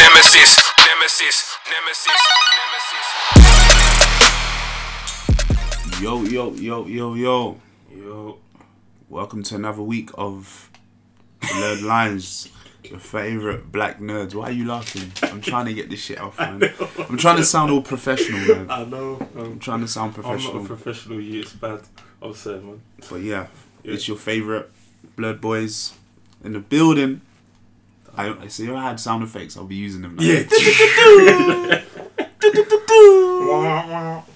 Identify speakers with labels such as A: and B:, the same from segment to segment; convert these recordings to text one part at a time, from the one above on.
A: nemesis, nemesis, nemesis, nemesis.
B: Yo, yo, yo, yo, yo, yo. Welcome to another week of Blurred Lines, your favorite black nerds. Why are you laughing? I'm trying to get this shit off, man. I'm trying to sound all professional, man. I'm
C: I know. I'm,
B: trying to sound
C: I'm not a
B: professional.
C: professional yet. It's bad. I'm saying, man.
B: But yeah,
C: Yeah.
B: it's your favorite Blurred Boys in the building. I, I see I had sound effects, I'll be using them now.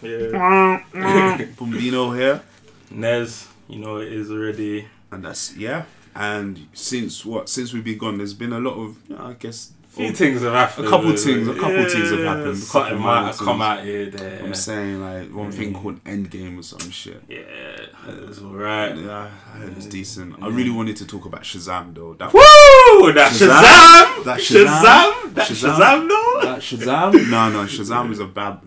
C: Yeah.
B: Bombino here.
C: Nez, you know it is already.
B: And that's, yeah. And since what? Since we've been gone, there's been a lot of, I guess,
C: A few things have happened.
B: A couple
C: though,
B: things- a
C: like,
B: couple things have
C: yeah,
B: happened, a couple
C: Something might have
B: minor
C: come
B: things.
C: out here. There.
B: I'm saying like one thing
C: Yeah.
B: called Endgame or some shit.
C: yeah, it's alright.
B: Yeah, I heard it's decent. I really wanted to talk about Shazam though. That
C: Woo! That
B: Shazam!
C: Shazam!
B: That Shazam! Shazam!
C: Shazam! That Shazam! no!
B: that Shazam? no, no, Shazam is a bad.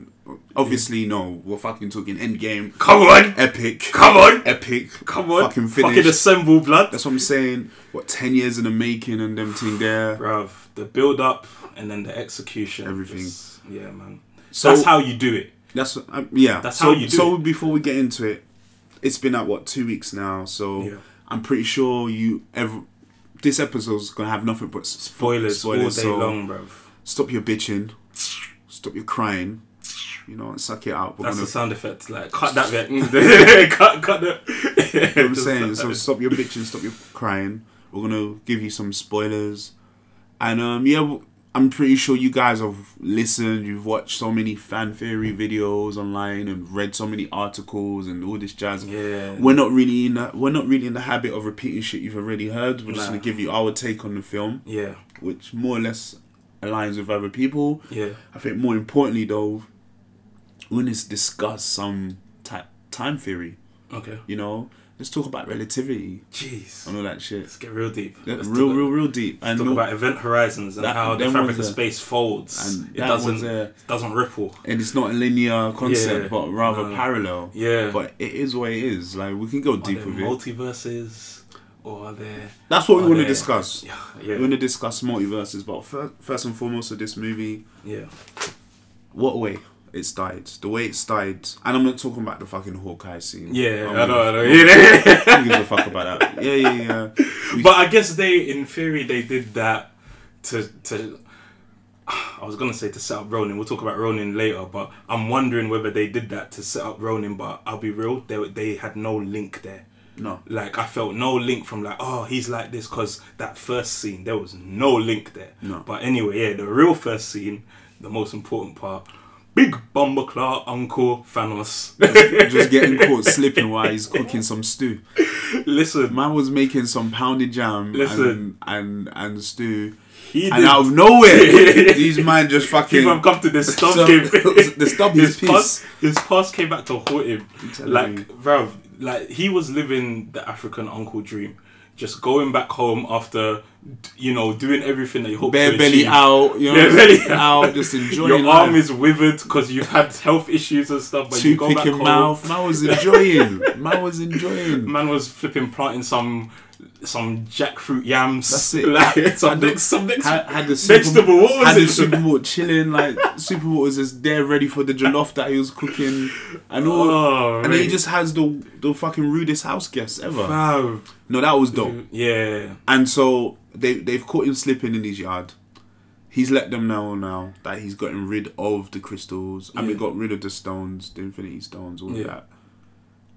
B: Obviously, no. We're fucking talking Endgame.
C: Come on!
B: Epic.
C: Come on!
B: Epic.
C: Come on!
B: Fucking
C: Fucking
B: finished.
C: assemble blood.
B: That's what I'm saying. What ten years in the making and them thing there.
C: Bruv, the build up and then the execution.
B: Everything.
C: Just- yeah, man.
B: So
C: That's how you do it.
B: That's um, yeah.
C: That's
B: so,
C: how you do
B: So before we get into it, it's been at what two weeks now. So
C: Yeah.
B: I'm pretty sure you ever this episode's gonna have nothing but s-
C: Spoilers, all day
B: so
C: long, bruv.
B: Stop your bitching. Stop your crying. You know, and suck it out. We're
C: That's
B: gonna,
C: the sound effects. Like cut that bit. Mm. cut, cut the.
B: you know what I'm saying. So stop your bitching. Stop your crying. We're gonna give you some spoilers, and um yeah. w- I'm pretty sure you guys have listened, you've watched so many fan theory videos online and read so many articles and all this jazz.
C: Yeah.
B: we're not really in the, we're not really in the habit of repeating shit you've already heard. We're just
C: Nah.
B: gonna give you our take on the film,
C: yeah,
B: which more or less aligns with other people.
C: yeah,
B: I think more importantly though, we're gonna discuss some ti- time theory.
C: okay.
B: You know, let's talk about relativity
C: Jeez,
B: and all that shit.
C: let's get real deep. Let's
B: Um, real,
C: talk,
B: real, real deep. And
C: Talk
B: no-
C: about event horizons and
B: That-
C: how the
B: them
C: fabric of
B: ones, uh,
C: space folds.
B: and
C: it
B: that
C: doesn't.
B: one's, uh,
C: it doesn't ripple.
B: and it's not a linear concept,
C: Yeah.
B: but rather
C: No.
B: parallel.
C: Yeah.
B: But it is what it is. Like we can go
C: Are
B: deep
C: there
B: with it.
C: multiverses, or are there?
B: That's what we
C: are
B: want to
C: there-
B: discuss.
C: Yeah,
B: We're going
C: yeah,
B: to discuss multiverses, but fir- first and foremost of this movie,
C: yeah.
B: what way it started, the way it started, and I'm not talking about the fucking Hawkeye scene.
C: Yeah,
B: I'm
C: I know, I know.
B: Who gives a fuck about that? Yeah, yeah, yeah. We-
C: But I guess they, in theory, they did that to to. I was gonna say to set up Ronin. We'll talk about Ronin later, but I'm wondering whether they did that to set up Ronin. But I'll be real, they they had no link there.
B: no,
C: Like I felt no link from like oh he's like this because that first scene there was no link there.
B: No.
C: But anyway, yeah, the real first scene, the most important part, big bomber Clark uncle Thanos.
B: just getting caught slipping while he's cooking some stew.
C: Listen,
B: Man was making some pounded jam
C: Listen.
B: and and and stew,
C: he
B: and
C: did-
B: out of nowhere, these man just
C: Keep
B: fucking.
C: him come to the stop
B: So-
C: him.
B: the stub his piece.
C: pass, his pass came back to haunt him.
B: telling you.
C: Like, bruv, like he was living the African uncle dream. Just going back home after, d- you know, doing everything that you hope
B: Bare
C: to
B: belly
C: achieve.
B: out, you know,
C: Bare belly
B: out,
C: out.
B: just enjoying
C: Your
B: life.
C: arm is withered because you've had health issues and stuff. But you go
B: toothpick
C: back
B: in
C: home.
B: mouth. Man was enjoying. Man was enjoying.
C: Man was flipping planting some some jackfruit yams.
B: That's it.
C: Like some
B: Had the-
C: next, some next
B: had, had the
C: vegetable. What was
B: had
C: it?
B: the Super Bowl chilling, like Super Bowl was just there ready for the jollof that he was cooking, and all.
C: Oh,
B: and then he
C: mate.
B: just has the the fucking rudest house guest ever.
C: Bruv.
B: No, that was dope.
C: Yeah.
B: And so they they've caught him slipping in his yard. He's let them know now that he's gotten rid of the crystals. I mean,
C: Yeah.
B: got rid of the stones, the infinity stones, all
C: Yeah.
B: of that.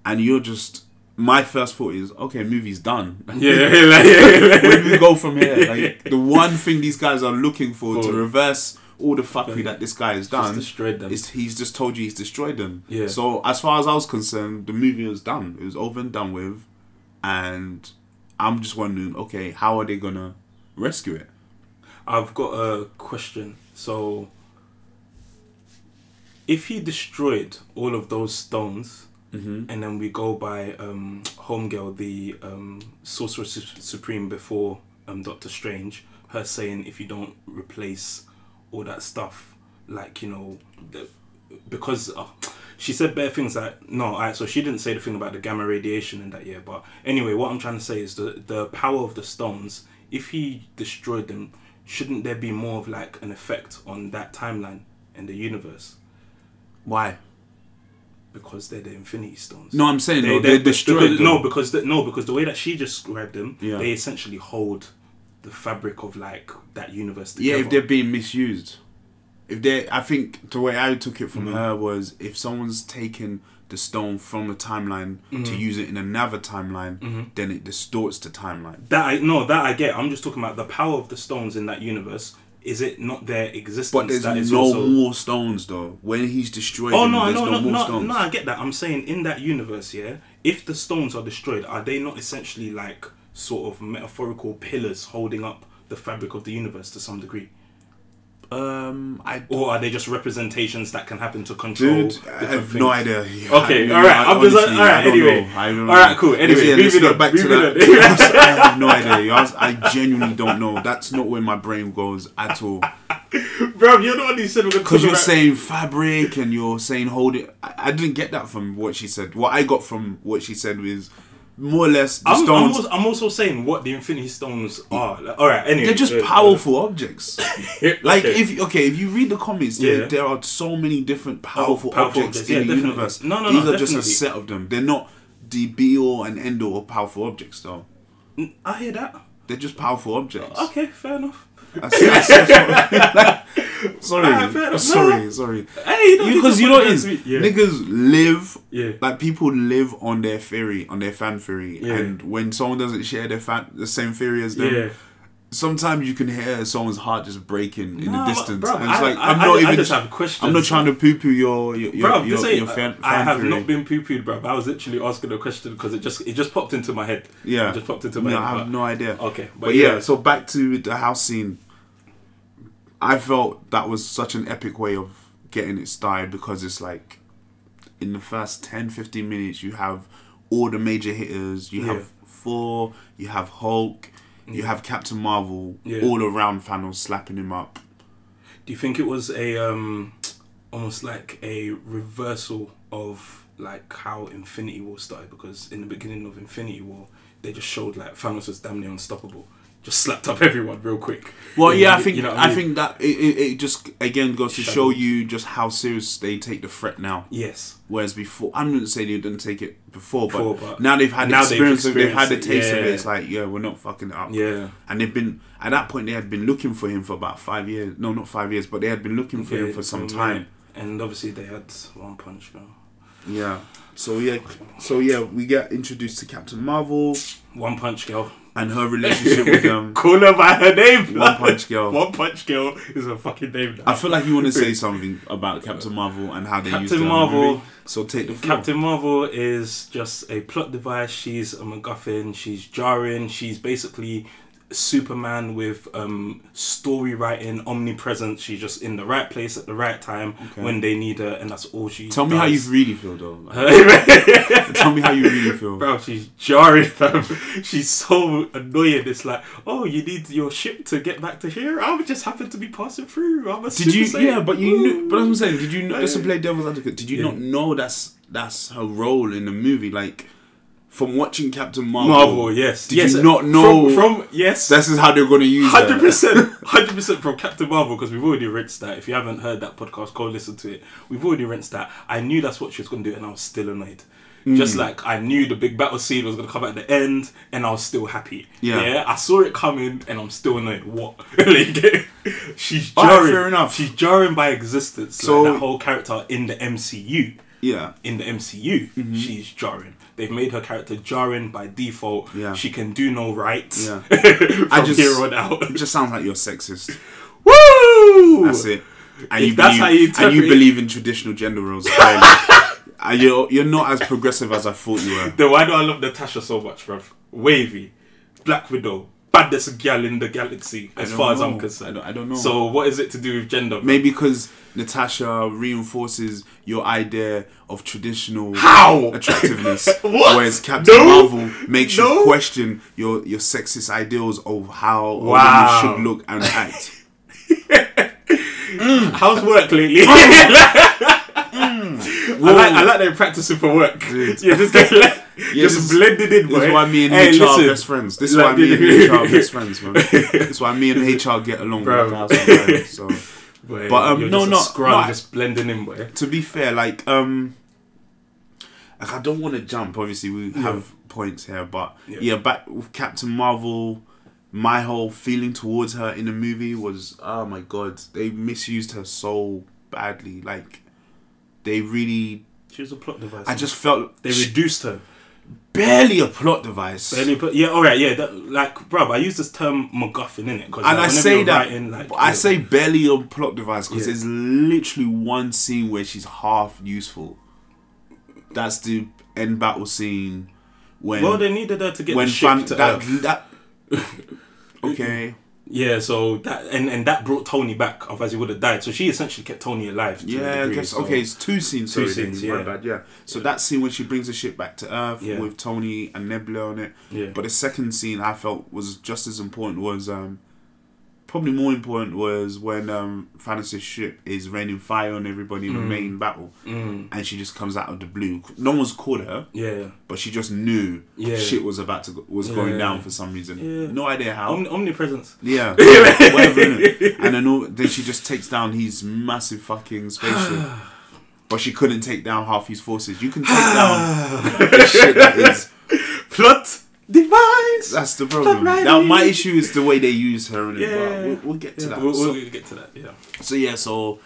B: And you're just. My first thought is okay, movie's done.
C: Yeah, like, yeah, like-
B: Where do we go from here? Like the one thing these guys are looking for to
C: Cool.
B: reverse all the fuckery that this guy has done
C: destroyed them.
B: is he's just told you he's destroyed them.
C: Yeah.
B: So as far as I was concerned, the movie was done. It was over and done with, and I'm just wondering, okay, how are they gonna rescue it?
C: I've got a question. So, if he destroyed all of those stones, and then we go by um, Homegirl, the um, Sorcerer Su- Supreme before um, Doctor Strange, her saying, if you don't replace all that stuff, like, you know, the, because uh, she said bare things like, no, alright, so she didn't say the thing about the gamma radiation in that year, but anyway, what I'm trying to say is the, the power of the stones, if he destroyed them, shouldn't there be more of like an effect on that timeline and the universe
B: Why?
C: because they're the Infinity Stones?
B: No, I'm saying
C: they,
B: no,
C: they,
B: they're destroyed.
C: Because,
B: them.
C: no, because the, no, because the way that she described them,
B: Yeah.
C: they essentially hold the fabric of like that universe together.
B: Yeah, if they're being misused. If they I think the way I took it
C: Mm-hmm.
B: from her was if someone's taken the stone from a timeline
C: Mm-hmm.
B: to use it in another timeline, then it distorts the timeline.
C: That I no, that I get. I'm just talking about the power of the stones in that universe. Is it not their existence
B: But
C: that
B: there's
C: is
B: no
C: also?
B: more stones though. When he's destroyed,
C: oh
B: them,
C: no,
B: there's
C: no,
B: no,
C: no,
B: more
C: no,
B: stones.
C: no. I get that. I'm saying in that universe, yeah. If the stones are destroyed, are they not essentially like sort of metaphorical pillars holding up the fabric of the universe to some degree,
B: Um, I
C: or are they just representations that can happen to control?
B: Dude, I
C: different
B: have
C: things?
B: no idea.
C: Okay,
B: I-
C: all right,
B: I-
C: I'm just- all right,
B: I don't
C: anyway.
B: know. I don't
C: All right,
B: know.
C: cool, anyway,
B: Listen,
C: moving
B: let's go
C: on,
B: back to
C: moving
B: that.
C: on.
B: I have no idea. you ask- I genuinely don't know. That's not where my brain goes at all.
C: bro. You're the one who said we're gonna talk
B: Because you're
C: about-
B: saying fabric and you're saying hold it. I, I didn't get that from what she said. What I got from what she said was more or less the
C: I'm, I'm
B: stones.
C: also, I'm also saying what the Infinity Stones are. Like, all right, anyway,
B: they're just
C: uh,
B: powerful objects.
C: uh,
B: Like
C: okay.
B: if okay, if you read the comments, there,
C: Yeah. Oh,
B: there are so many different powerful,
C: powerful
B: objects
C: objects,
B: in
C: yeah,
B: the
C: definitely.
B: universe.
C: No, no,
B: These
C: no,
B: are just a
C: definitely.
B: set of them. They're not the be all and end all of powerful objects, though.
C: I hear that.
B: They're just powerful objects.
C: Okay, fair enough.
B: That's, that's, that's what- sorry,
C: Ah, fair enough.
B: sorry,
C: No.
B: sorry.
C: Hey, you don't need
B: Because
C: to
B: you know
C: put
B: what it is,
C: that sweet- yeah.
B: niggas live
C: Yeah.
B: like people live on their theory, on their fan theory,
C: Yeah.
B: and when someone doesn't share their fan the same theory as them,
C: Yeah.
B: sometimes you can hear someone's heart just breaking in
C: Nah,
B: the distance,
C: bro,
B: and it's
C: I-
B: like
C: I-
B: am
C: I-
B: not
C: I
B: even.
C: just have
B: I'm not
C: questions,
B: trying to poo poo your your your,
C: Bro,
B: your,
C: this ain't,
B: your fan, fan
C: I have
B: theory.
C: not been poo pooed, bro. I was literally asking a question because it just it just popped into my head.
B: Yeah,
C: it just popped into my
B: no,
C: head.
B: I have
C: but-
B: no idea.
C: Okay,
B: but, yeah, so back to the house scene. I felt that was such an epic way of getting it started because it's like in the first 10 15 minutes you have all the major hitters you have Thor you have Hulk you have Captain Marvel
C: Yeah.
B: all around Thanos slapping him up
C: do you think it was a um, almost like a reversal of like how Infinity War started? Because in the beginning of Infinity War, they just showed like Thanos was damn near unstoppable, just slapped up everyone real quick.
B: Well,
C: You
B: yeah,
C: know-
B: I think
C: you know what
B: I,
C: mean?
B: think that it, it, it just again goes to
C: Shadow.
B: show you just how serious they take the threat now.
C: yes.
B: Whereas before, I'm not saying they didn't take it before, but,
C: Before, but
B: now they've had
C: now
B: the
C: they've
B: experience. They've, they've had the
C: experienced it,
B: taste of it.
C: yeah.
B: It's like, yeah, we're not fucking it up.
C: Yeah.
B: And they've been at that point. They had been looking for him for about five years. No, not five years, but they had been looking for him
C: Yeah,
B: for some
C: yeah.
B: time.
C: And obviously they had One Punch Man.
B: Yeah. So yeah, so yeah, we get introduced to Captain Marvel
C: One Punch Girl.
B: and her relationship with um.
C: Call her by her name.
B: One Punch Girl.
C: One Punch Girl is a fucking name.
B: I feel like you want to say something about Captain Marvel and how they use
C: Captain Marvel-
B: So take the floor.
C: Captain Marvel is just a plot device. She's a MacGuffin. She's jarring. She's basically Superman with um, story writing, omnipresent. She's just in the right place at the right time when they need her, and that's all she.
B: Tell me how you
C: does.
B: really feel, though. Like, tell me how you really feel.
C: Bro, she's jarring, fam. She's so annoying. It's like, oh, you need your ship to get back to here. I would just happen to be passing through. I'm a
B: Did you?
C: Super Saiyan.
B: Yeah, but you knew. But that's what I'm saying. Did you? Know, just to
C: Yeah.
B: play devil's advocate, did you
C: Yeah.
B: not know that's that's her role in the movie? Like, from watching Captain Marvel,
C: Marvel, yes.
B: Did
C: yes.
B: you not know
C: From, from yes.
B: this is how they're going to use
C: Hundred
B: her?
C: percent, hundred percent from Captain Marvel because we've already rinsed that. If you haven't heard that podcast, go listen to it. We've already rinsed that. I knew that's what she was going to do, and I was still annoyed.
B: Hmm.
C: Just like I knew the big battle scene was going to come at the end, and I was still happy.
B: Yeah.
C: I saw it coming, and I'm still annoyed. What? like, she's
B: All right,
C: jarring.
B: fair enough.
C: She's jarring by existence.
B: So-
C: like that whole character in the MCU
B: Yeah.
C: in the MCU,
B: Mm-hmm.
C: she's jarring. They've made her character jarring by default.
B: Yeah.
C: She can do no right.
B: Yeah.
C: from
B: I just-
C: here on out.
B: It just sounds like you're sexist.
C: Woo!
B: That's it. And
C: If
B: you believe,
C: that's how
B: and
C: you
B: you
C: interpret it-
B: believe in traditional gender roles. clearly. And you're you're not as progressive as I thought you were.
C: Then why do I love Natasha so much, bruv? Wavy, Black Widow, baddest gal in the galaxy, as
B: don't
C: far as I'm
B: know.
C: concerned.
B: I don't- I don't know.
C: So what is it to do with gender? bruv?
B: Maybe because Natasha reinforces your idea of traditional
C: How?
B: attractiveness,
C: What?
B: whereas Captain
C: No.
B: Marvel makes you
C: No.
B: question your your sexist ideals of how a woman
C: Wow.
B: should look and act. Hmm.
C: How's work lately? I like, I like they're practicing for work.
B: Dude.
C: Yeah, just get le-
B: Yeah,
C: just
B: this is-
C: blended in.
B: This
C: boy.
B: is why me and
C: Hey,
B: HR are
C: listen.
B: best friends. This is
C: Like,
B: why me and
C: dude.
B: HR are best friends, man. This is why me and HR get along.
C: Bro.
B: Like house on fire, so.
C: Boy,
B: But, um,
C: you're
B: no,
C: just a
B: no,
C: scrum,
B: no, I-
C: just blending in. Boy.
B: To be fair, like um, like I don't want to jump. Obviously, we have points here, but
C: Yeah.
B: yeah. back with Captain Marvel. My whole feeling towards her in the movie was, oh my god, they misused her so badly. Like, they really.
C: She was a plot device.
B: I just felt
C: they
B: they were
C: reduced her.
B: barely a plot device.
C: Barely put, yeah, all right, yeah. That, like, bruv, I use this term MacGuffin in it because
B: and I say that
C: writing, like,
B: but I
C: yeah,
B: say barely a plot device because
C: Yeah.
B: there's literally one scene where she's half useful. That's the end battle scene when
C: Well, they needed her to get
B: when
C: the ship
B: fan,
C: to
B: that,
C: Earth.
B: that okay
C: Yeah, so that and, and that brought Tony back, otherwise he would have died. So she essentially kept Tony alive. To a
B: yeah I
C: degree,
B: guess
C: so-
B: okay it's two scenes
C: Two
B: sorry,
C: scenes,
B: my
C: yeah.
B: bad, yeah so that scene when she brings the ship back to Earth
C: Yeah.
B: with Tony and Nebula on it
C: Yeah.
B: but the second scene I felt was just as important was um probably more important was when um Thanos' ship is raining fire on everybody in the main battle
C: Mm,
B: and she just comes out of the blue. No one's called her,
C: yeah.
B: but she just knew
C: Yeah.
B: shit was about to go, was
C: Yeah.
B: going down for some reason.
C: Yeah.
B: No idea how.
C: Omni- omnipresence.
B: yeah, whatever. innit? And then all, then she just takes down his massive fucking spaceship. But she couldn't take down half his forces. You can take down the shit that is.
C: Plot device.
B: That's the problem.
C: Alrighty.
B: Now my issue is the way they use her, and
C: Yeah.
B: we'll, we'll get to
C: Yeah,
B: that.
C: we'll,
B: So-
C: we'll get to that. Yeah.
B: So yeah, so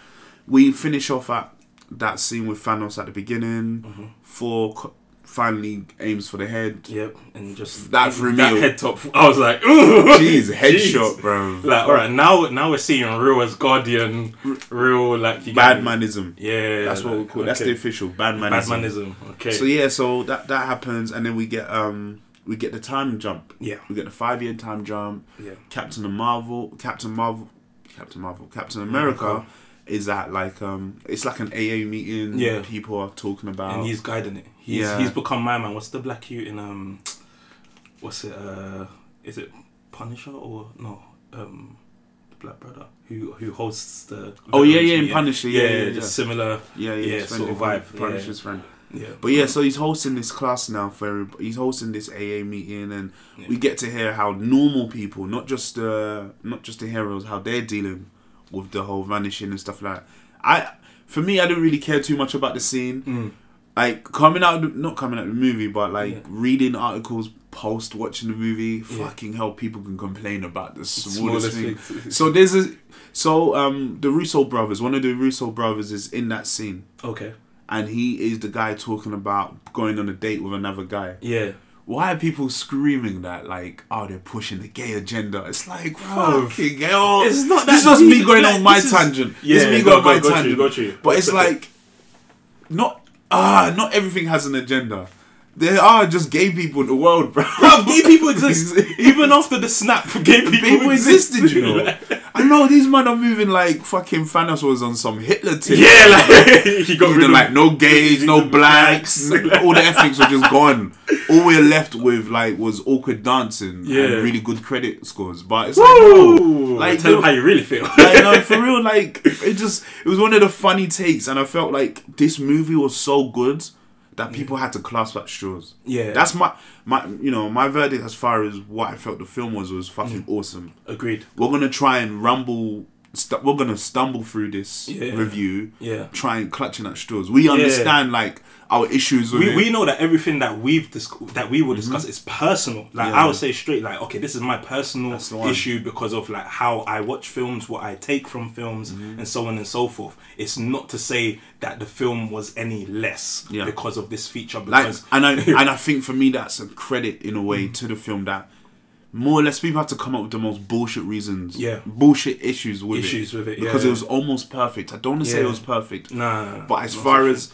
B: we finish off at that scene with Thanos at the beginning.
C: Mm-hmm.
B: Thor co- finally aims for the head.
C: Yep. And just
B: That threw me
C: that
B: off.
C: head top. I was like, ooh.
B: Jeez, headshot,
C: Jeez.
B: bro.
C: Like, all right, now now we're seeing real as Guardian, real like you get-
B: Bad manism.
C: Yeah,
B: That's what we call. That's the official bad
C: bad
B: manism.
C: manism. Okay.
B: So yeah, so that that happens, and then we get um we get the time jump.
C: yeah.
B: We get the five year time jump.
C: Yeah.
B: Captain and Marvel, Captain Marvel, Captain Marvel, Captain America.
C: America.
B: Is that like um? It's like an AA meeting.
C: Yeah.
B: people are talking about.
C: and he's guiding it. He's
B: Yeah.
C: he's become my man. What's the black you in um what's it uh is it Punisher or no um the Black Brother who who hosts the
B: oh yeah,
C: veterans
B: yeah, in
C: meeting.
B: Punisher,
C: yeah,
B: yeah,
C: yeah, just similar
B: Yeah, yeah,
C: Yeah,
B: his
C: sort of
B: friend,
C: vibe,
B: Punisher's friend.
C: yeah
B: But yeah, so he's hosting this class now for everybody. He's hosting this AA meeting, and we get to hear how normal people, not just uh, not just the heroes, how they're dealing with the whole vanishing and stuff like. That. I, for me, I didn't really care too much about the scene.
C: Mm.
B: Like coming out, of the, not coming out of the movie, but like
C: Yeah.
B: reading articles post watching the movie.
C: Yeah.
B: Fucking hell, people can complain about the
C: smallest
B: smallest, thing.
C: thing.
B: So there's a, so um the Russo brothers. One of the Russo brothers is in that scene
C: okay
B: and he is the guy talking about going on a date with another guy.
C: yeah
B: Why are people screaming that? Like, oh, they're pushing the gay agenda. It's like,
C: Bro,
B: fucking hell.
C: it's not
B: This is
C: that
B: just me
C: deep,
B: going
C: like,
B: on my
C: this is-
B: tangent.
C: Yeah,
B: this is me
C: go-
B: going on
C: go-
B: my
C: got you,
B: tangent.
C: got you.
B: But it's like, not ah, not everything has an agenda. There are just gay people in the world, bro.
C: Bruv, gay people exist even after the snap gay people,
B: people existed, you know. I know these men are moving like fucking Thanos was on some Hitler tip.
C: yeah like he got
B: You
C: rid
B: know,
C: of
B: like no gays, no
C: rid of
B: blacks,
C: blacks.
B: all the ethnics were just gone. All we're left with like was awkward dancing
C: Yeah.
B: and really good credit scores. But it's
C: Ooh,
B: like,
C: tell them
B: no.
C: how you really feel
B: like, no, like, no, for real, like it just it was one of the funny takes, and I felt like this movie was so good that people had to clasp at straws.
C: Yeah.
B: that's my my you know my verdict as far as what I felt the film was was fucking
C: Mm.
B: awesome
C: agreed
B: we're gonna try and rumble. St- we're gonna stumble through this
C: Yeah.
B: review.
C: Yeah.
B: Try and clutching at straws. We understand like our issues with
C: we,
B: it.
C: we know that everything that we've disc- that we will discuss is personal. Like
B: Mm-hmm. Yeah.
C: I would say straight, like okay, this is my personal
B: the one.
C: issue because of like how I watch films, what I take from films,
B: Mm-hmm.
C: and so on and so forth. It's not to say that the film was any less
B: Yeah.
C: because of this feature.
B: like,
C: Because
B: and I and I think for me that's a credit in a way
C: Mm.
B: to the film that more or less people had to come up with the most bullshit reasons.
C: Yeah.
B: Bullshit issues with
C: Issues
B: it.
C: with it,
B: Because
C: yeah.
B: it was almost perfect. I don't want to say
C: Yeah.
B: it was perfect.
C: nah, nah, nah,
B: But as
C: not
B: far
C: so
B: as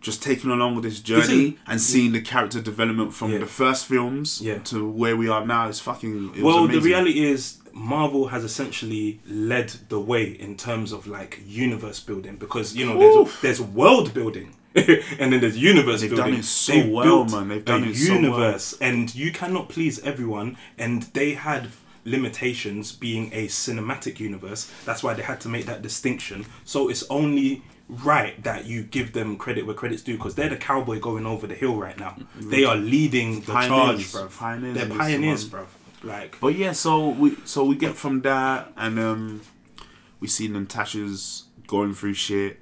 B: just taking along with this
C: it-
B: journey and seeing the character development from
C: Yeah.
B: the first films
C: Yeah.
B: to where we are now is fucking. It
C: well
B: was
C: the
B: amazing.
C: reality is marvel has essentially led the way in terms of like universe building because you know
B: Oof.
C: there's, there's world building and then there's universe
B: They've done
C: building
B: it so
C: They've
B: well,
C: built
B: man. They've
C: a
B: done it so well.
C: universe and you cannot please everyone and they had limitations being a cinematic universe that's why they had to make that distinction so it's only right that you give them credit where credit's due because they're the cowboy going over the hill right now. They are leading the
B: Pioneers.
C: charge, bruv.
B: Pioneers in
C: they're
B: this
C: pioneers,
B: one.
C: bruv. Like,
B: But yeah, so we so we get from that, and um, we see Natasha's going through shit.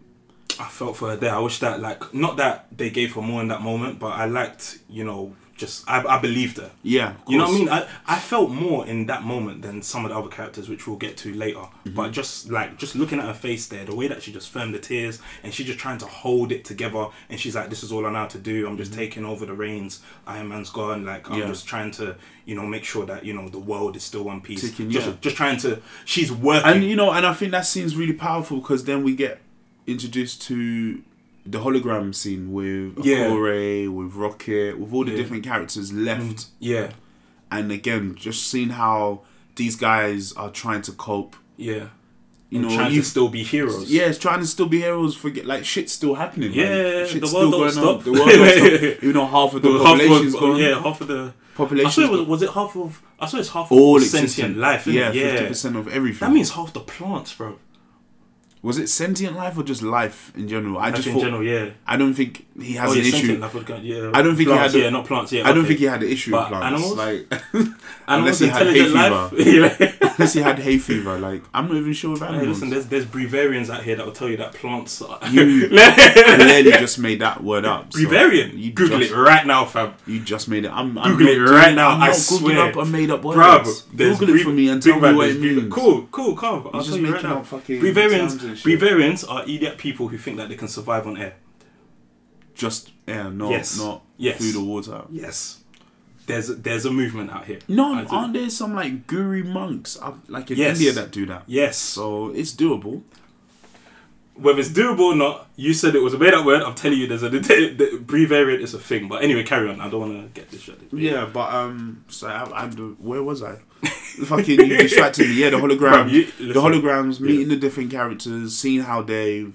C: I felt for her there. I wish that, like, not that they gave her more in that moment, but I liked, you know, just, I, I believed her.
B: Yeah, of
C: You know what I
B: course.
C: mean? I, I felt more in that moment than some of the other characters, which we'll get to later.
B: Mm-hmm.
C: But just like just looking at her face there, the way that she just firmed the tears and she's just trying to hold it together, and she's like, "This is all I know how to do. I'm just taking over the reins. Iron Man's gone. Like I'm
B: Mm-hmm. Yeah.
C: just trying to, you know, make sure that you know the world is still one piece.
B: Ticking,
C: just,
B: yeah.
C: just trying to. She's working.
B: And you know, and I think that scene's really powerful because then we get introduced to the hologram scene with
C: Yeah.
B: Akore, with Rocket, with all the
C: Yeah. Mm.
B: different characters left,
C: yeah,
B: and again, just seeing how these guys are trying to cope.
C: yeah.
B: You know,
C: trying
B: you-
C: to still be heroes.
B: Yeah, it's trying to still be heroes. Forget like shit's still happening. man.
C: Yeah,
B: shit's
C: the world don't
B: on.
C: stop.
B: The world don't stop. Even though half of the
C: Half of-
B: population's gone.
C: yeah, half of the I
B: Population's
C: saw it was,
B: gone.
C: was it half of? I saw it's half
B: all
C: of sentient
B: existent.
C: life.
B: Yeah,
C: Yeah,
B: fifty
C: yeah.
B: percent of everything.
C: That means half the plants, bro.
B: was it sentient life or just life in general? I just
C: Actually, in
B: thought,
C: general, yeah.
B: I don't think he has
C: Oh,
B: an
C: yeah,
B: issue.
C: sentient life would go- yeah.
B: I don't think he
C: plants,
B: had a-
C: yeah, not plants. Yeah,
B: I don't
C: okay.
B: think he had an issue
C: But
B: with plants.
C: animals?
B: Like unless
C: Animals,
B: he had hay
C: intelligent life.
B: fever.
C: Yeah.
B: unless he had hay fever. Like I'm not even sure if
C: Hey,
B: animals.
C: listen, there's there's brevarians out here that will tell you that plants are.
B: You- Clearly, just made that word up. so
C: Brevarian.
B: You
C: Google
B: just,
C: it right now, fam.
B: You just made it. I'm, I'm
C: Google it
B: not-
C: right now.
B: I'm not
C: I
B: googling
C: swear.
B: up a made up word.
C: Bruv, there's
B: Google it for
C: bre-
B: me and
C: big
B: tell me
C: man,
B: what
C: there's
B: it
C: bre-
B: means.
C: Cool, cool, calm. I'll
B: just
C: tell you right
B: making
C: now.
B: up fucking
C: Brevarians,
B: terms and shit.
C: brevarians are idiot people who think that they can survive on air.
B: Just air, not
C: Yes.
B: not
C: Yes.
B: food or water.
C: Yes. There's there's a movement out here.
B: No,
C: I do-
B: aren't there some like guru monks up like in
C: Yes.
B: India that do that?
C: Yes.
B: So it's doable.
C: Whether it's doable or not, you said it was a made up word. I'm telling you, there's a the brevariant is a thing. But anyway, carry on. I don't want to get distracted.
B: Yeah, but um, so I, I do- where was I? Fucking you distracted me. Yeah, the hologram,
C: Bruv, you-
B: the
C: listen.
B: holograms, meeting the different characters, seeing how they've,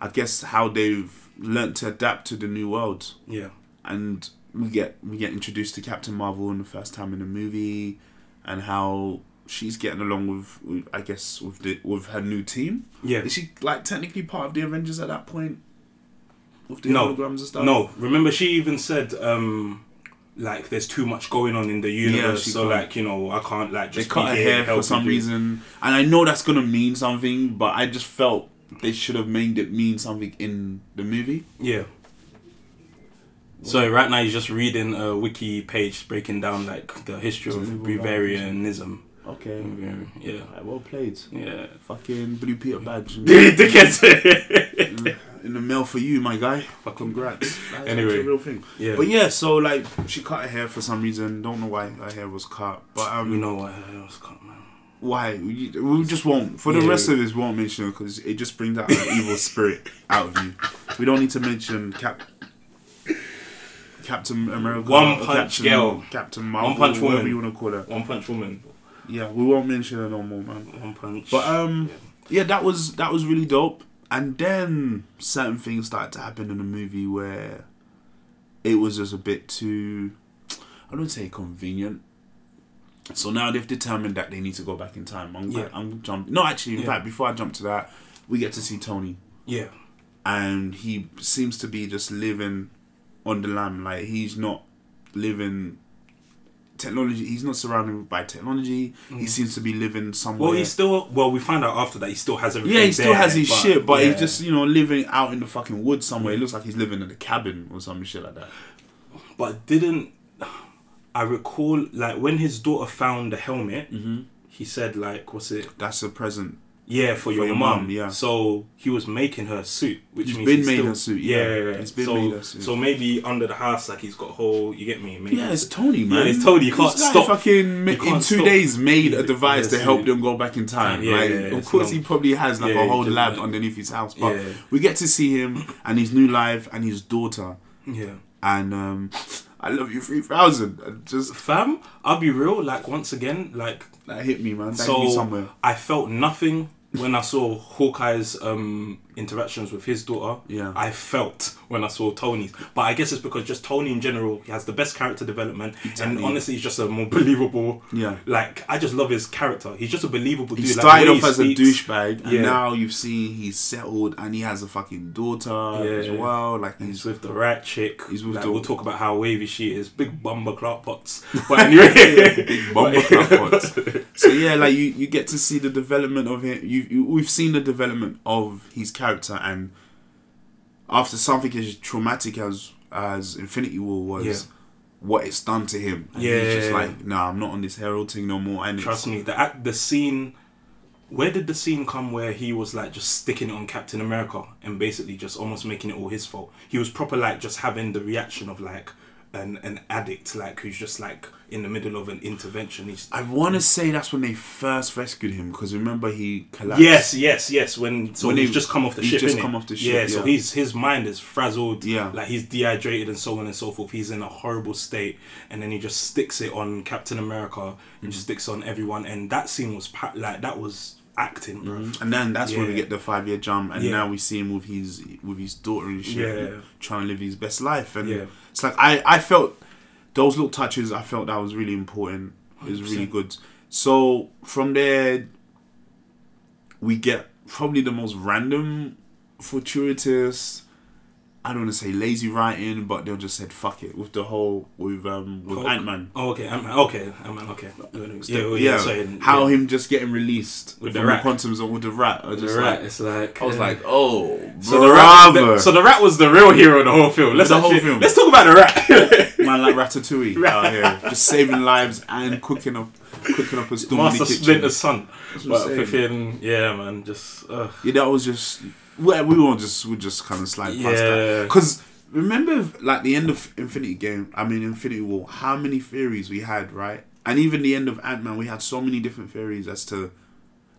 B: I guess how they've learnt to adapt to the new world,
C: Yeah.
B: and we get we get introduced to Captain Marvel in the first time in the movie, and how she's getting along with, with I guess with the with her new team.
C: Yeah.
B: Is she like technically part of the Avengers at that point? With the
C: No.
B: holograms and stuff.
C: No. Remember, she even said, um, like, there's too much going on in the universe.
B: she
C: so,
B: can't.
C: like, you know, I can't, like,
B: they
C: just
B: cut
C: be
B: her
C: here
B: hair for
C: helping
B: some
C: you.
B: reason, and I know that's gonna mean something, but I just felt they should have made it mean something in the movie.
C: Yeah. So right now you're just reading a wiki page breaking down like the history of Brevarianism.
B: Okay,
C: Yeah,
B: well played.
C: yeah.
B: Fucking blue Peter badge in
C: Dickheads.
B: the mail for you, my guy. Congrats. That is
C: Anyway.
B: actually a real thing.
C: Yeah.
B: But yeah, so like she cut her hair for some reason. Don't know why her hair was cut, but
C: You
B: um,
C: know what? I was cut, man.
B: why we, we just won't for the
C: Yeah.
B: rest of this won't mention it because it just brings out an evil spirit out of you. We don't need to mention Cap. Captain America,
C: One
B: or
C: Punch
B: Captain,
C: Girl.
B: Captain Marvel,
C: Punch
B: whatever
C: Woman.
B: you want to call her.
C: One Punch Woman.
B: Yeah, we won't mention her no more, man.
C: One Punch.
B: But um, yeah, that was that was really dope. And then certain things started to happen in the movie where it was just a bit too, I don't say convenient. So now they've determined that they need to go back in time. I'm,
C: Yeah.
B: I'm jumping. No, actually, in
C: Yeah.
B: fact, before I jump to that, we get to see Tony,
C: yeah,
B: and he seems to be just living on the lam. Like he's not living technology. He's not surrounded by technology. He seems to be living somewhere.
C: Mm. well, he still. Well, we find out after that he still has everything.
B: Yeah, he still
C: there,
B: has his shit, but
C: yeah.
B: he's just you know living out in the fucking woods somewhere. It looks like he's living in a cabin or some shit like that.
C: But didn't I recall like when his daughter found the helmet?
B: Mm-hmm.
C: He said like, "What's it?
B: That's a present.
C: Yeah, for, your,
B: your
C: mum.
B: mum, yeah.
C: So he was making her a suit, which
B: He's
C: means
B: been
C: he's
B: made
C: still,
B: her suit, yeah.
C: yeah, yeah.
B: He's been
C: so,
B: made her suit.
C: So maybe under the house, like he's got a whole. You get me? Maybe
B: Yeah, it's Tony, man.
C: it's Tony. You
B: This
C: can't
B: guy
C: stop.
B: Fucking ma-
C: You
B: in
C: can't
B: two
C: stop.
B: days, made a device
C: Yes,
B: to help
C: yeah.
B: them go back in time.
C: Yeah,
B: like,
C: yeah, yeah,
B: of
C: it's
B: course,
C: long.
B: he probably has like
C: Yeah,
B: a
C: he
B: whole
C: does
B: lab
C: that.
B: underneath his house. But
C: Yeah.
B: we get to see him and his new life and his daughter
C: yeah.
B: and um, I love you three thousand. And Just
C: Fam, I'll be real. Like once again, like
B: that hit me, man. Thank you
C: so
B: somewhere.
C: I felt nothing when I saw Hawkeye's um interactions with his daughter
B: Yeah.
C: I felt when I saw Tony's. But I guess it's because just Tony in general, he has the best character development.
B: Exactly.
C: And honestly, he's just a more believable.
B: Yeah.
C: Like, I just love his character. He's just a believable
B: He
C: dude.
B: started
C: like,
B: off as a douchebag, and
C: Yeah.
B: now you've seen he's settled, and he has a fucking daughter
C: Yeah.
B: as well. Like he's
C: He's with the right chick.
B: He's with
C: like,
B: the-
C: We'll talk about how wavy she is. Big bumper clock pots. But anyway.
B: bumble clapboards. So yeah, like you, you get to see the development of him. You, you we've seen the development of his character, and after something as traumatic as as Infinity War was,
C: Yeah.
B: what it's done to him. And he's just
C: Yeah.
B: like, nah, I'm not on this Herald thing no more. And it's,
C: Trust me, the act, the scene. Where did the scene come where he was like just sticking it on Captain America and basically just almost making it all his fault? He was proper like just having the reaction of like an an addict, like who's just like in the middle of an intervention. He's
B: I want to say that's when they first rescued him because remember he collapsed.
C: yes, yes, yes. When so
B: When
C: he's
B: he-
C: just come off the
B: he's
C: ship,
B: just
C: innit?
B: come off the
C: Yeah,
B: ship,
C: so
B: yeah.
C: he's his mind is frazzled.
B: Yeah.
C: like he's dehydrated and so on and so forth. He's in a horrible state, and then he just sticks it on Captain America and
B: Mm.
C: just sticks on everyone. And that scene was pa- like that was acting, bro.
B: And then that's when we
C: Yeah.
B: get the five year jump, and
C: Yeah.
B: now we see him with his with his daughter and shit,
C: Yeah.
B: trying to live his best life. And
C: Yeah.
B: it's like I I felt those little touches. I felt that was really important. It was really
C: 100%.
B: good. So from there, we get probably the most random, fortuitous. I don't want to say lazy writing, but they'll just said fuck it with the whole with um with
C: Hulk.
B: Ant Man.
C: Oh, okay, Ant-Man. Okay, Ant-Man. Okay. Yeah, well, yeah.
B: Yeah,
C: Sorry,
B: how
C: yeah.
B: him just getting released
C: With the
B: from
C: rat.
B: quantum zone with the rat. I just
C: the
B: like-
C: rat. It's like
B: I was like, oh,
C: so the rat.
B: brother.
C: the- so the rat was the real hero of the whole film. Let's
B: The whole
C: actually-
B: film.
C: Let's talk about the rat.
B: man like Ratatouille out here, just saving lives and cooking up, cooking up a storm in the
C: Master
B: kitchen.
C: Splinter's son.
B: what
C: But
B: I'm
C: flipping, yeah, man, just ugh.
B: Yeah, that was just well, we were just we just kind of slide past that
C: Yeah.
B: because remember like the end of Infinity Game, I mean Infinity War, how many theories we had, right? And even the end of Ant Man, we had so many different theories as to.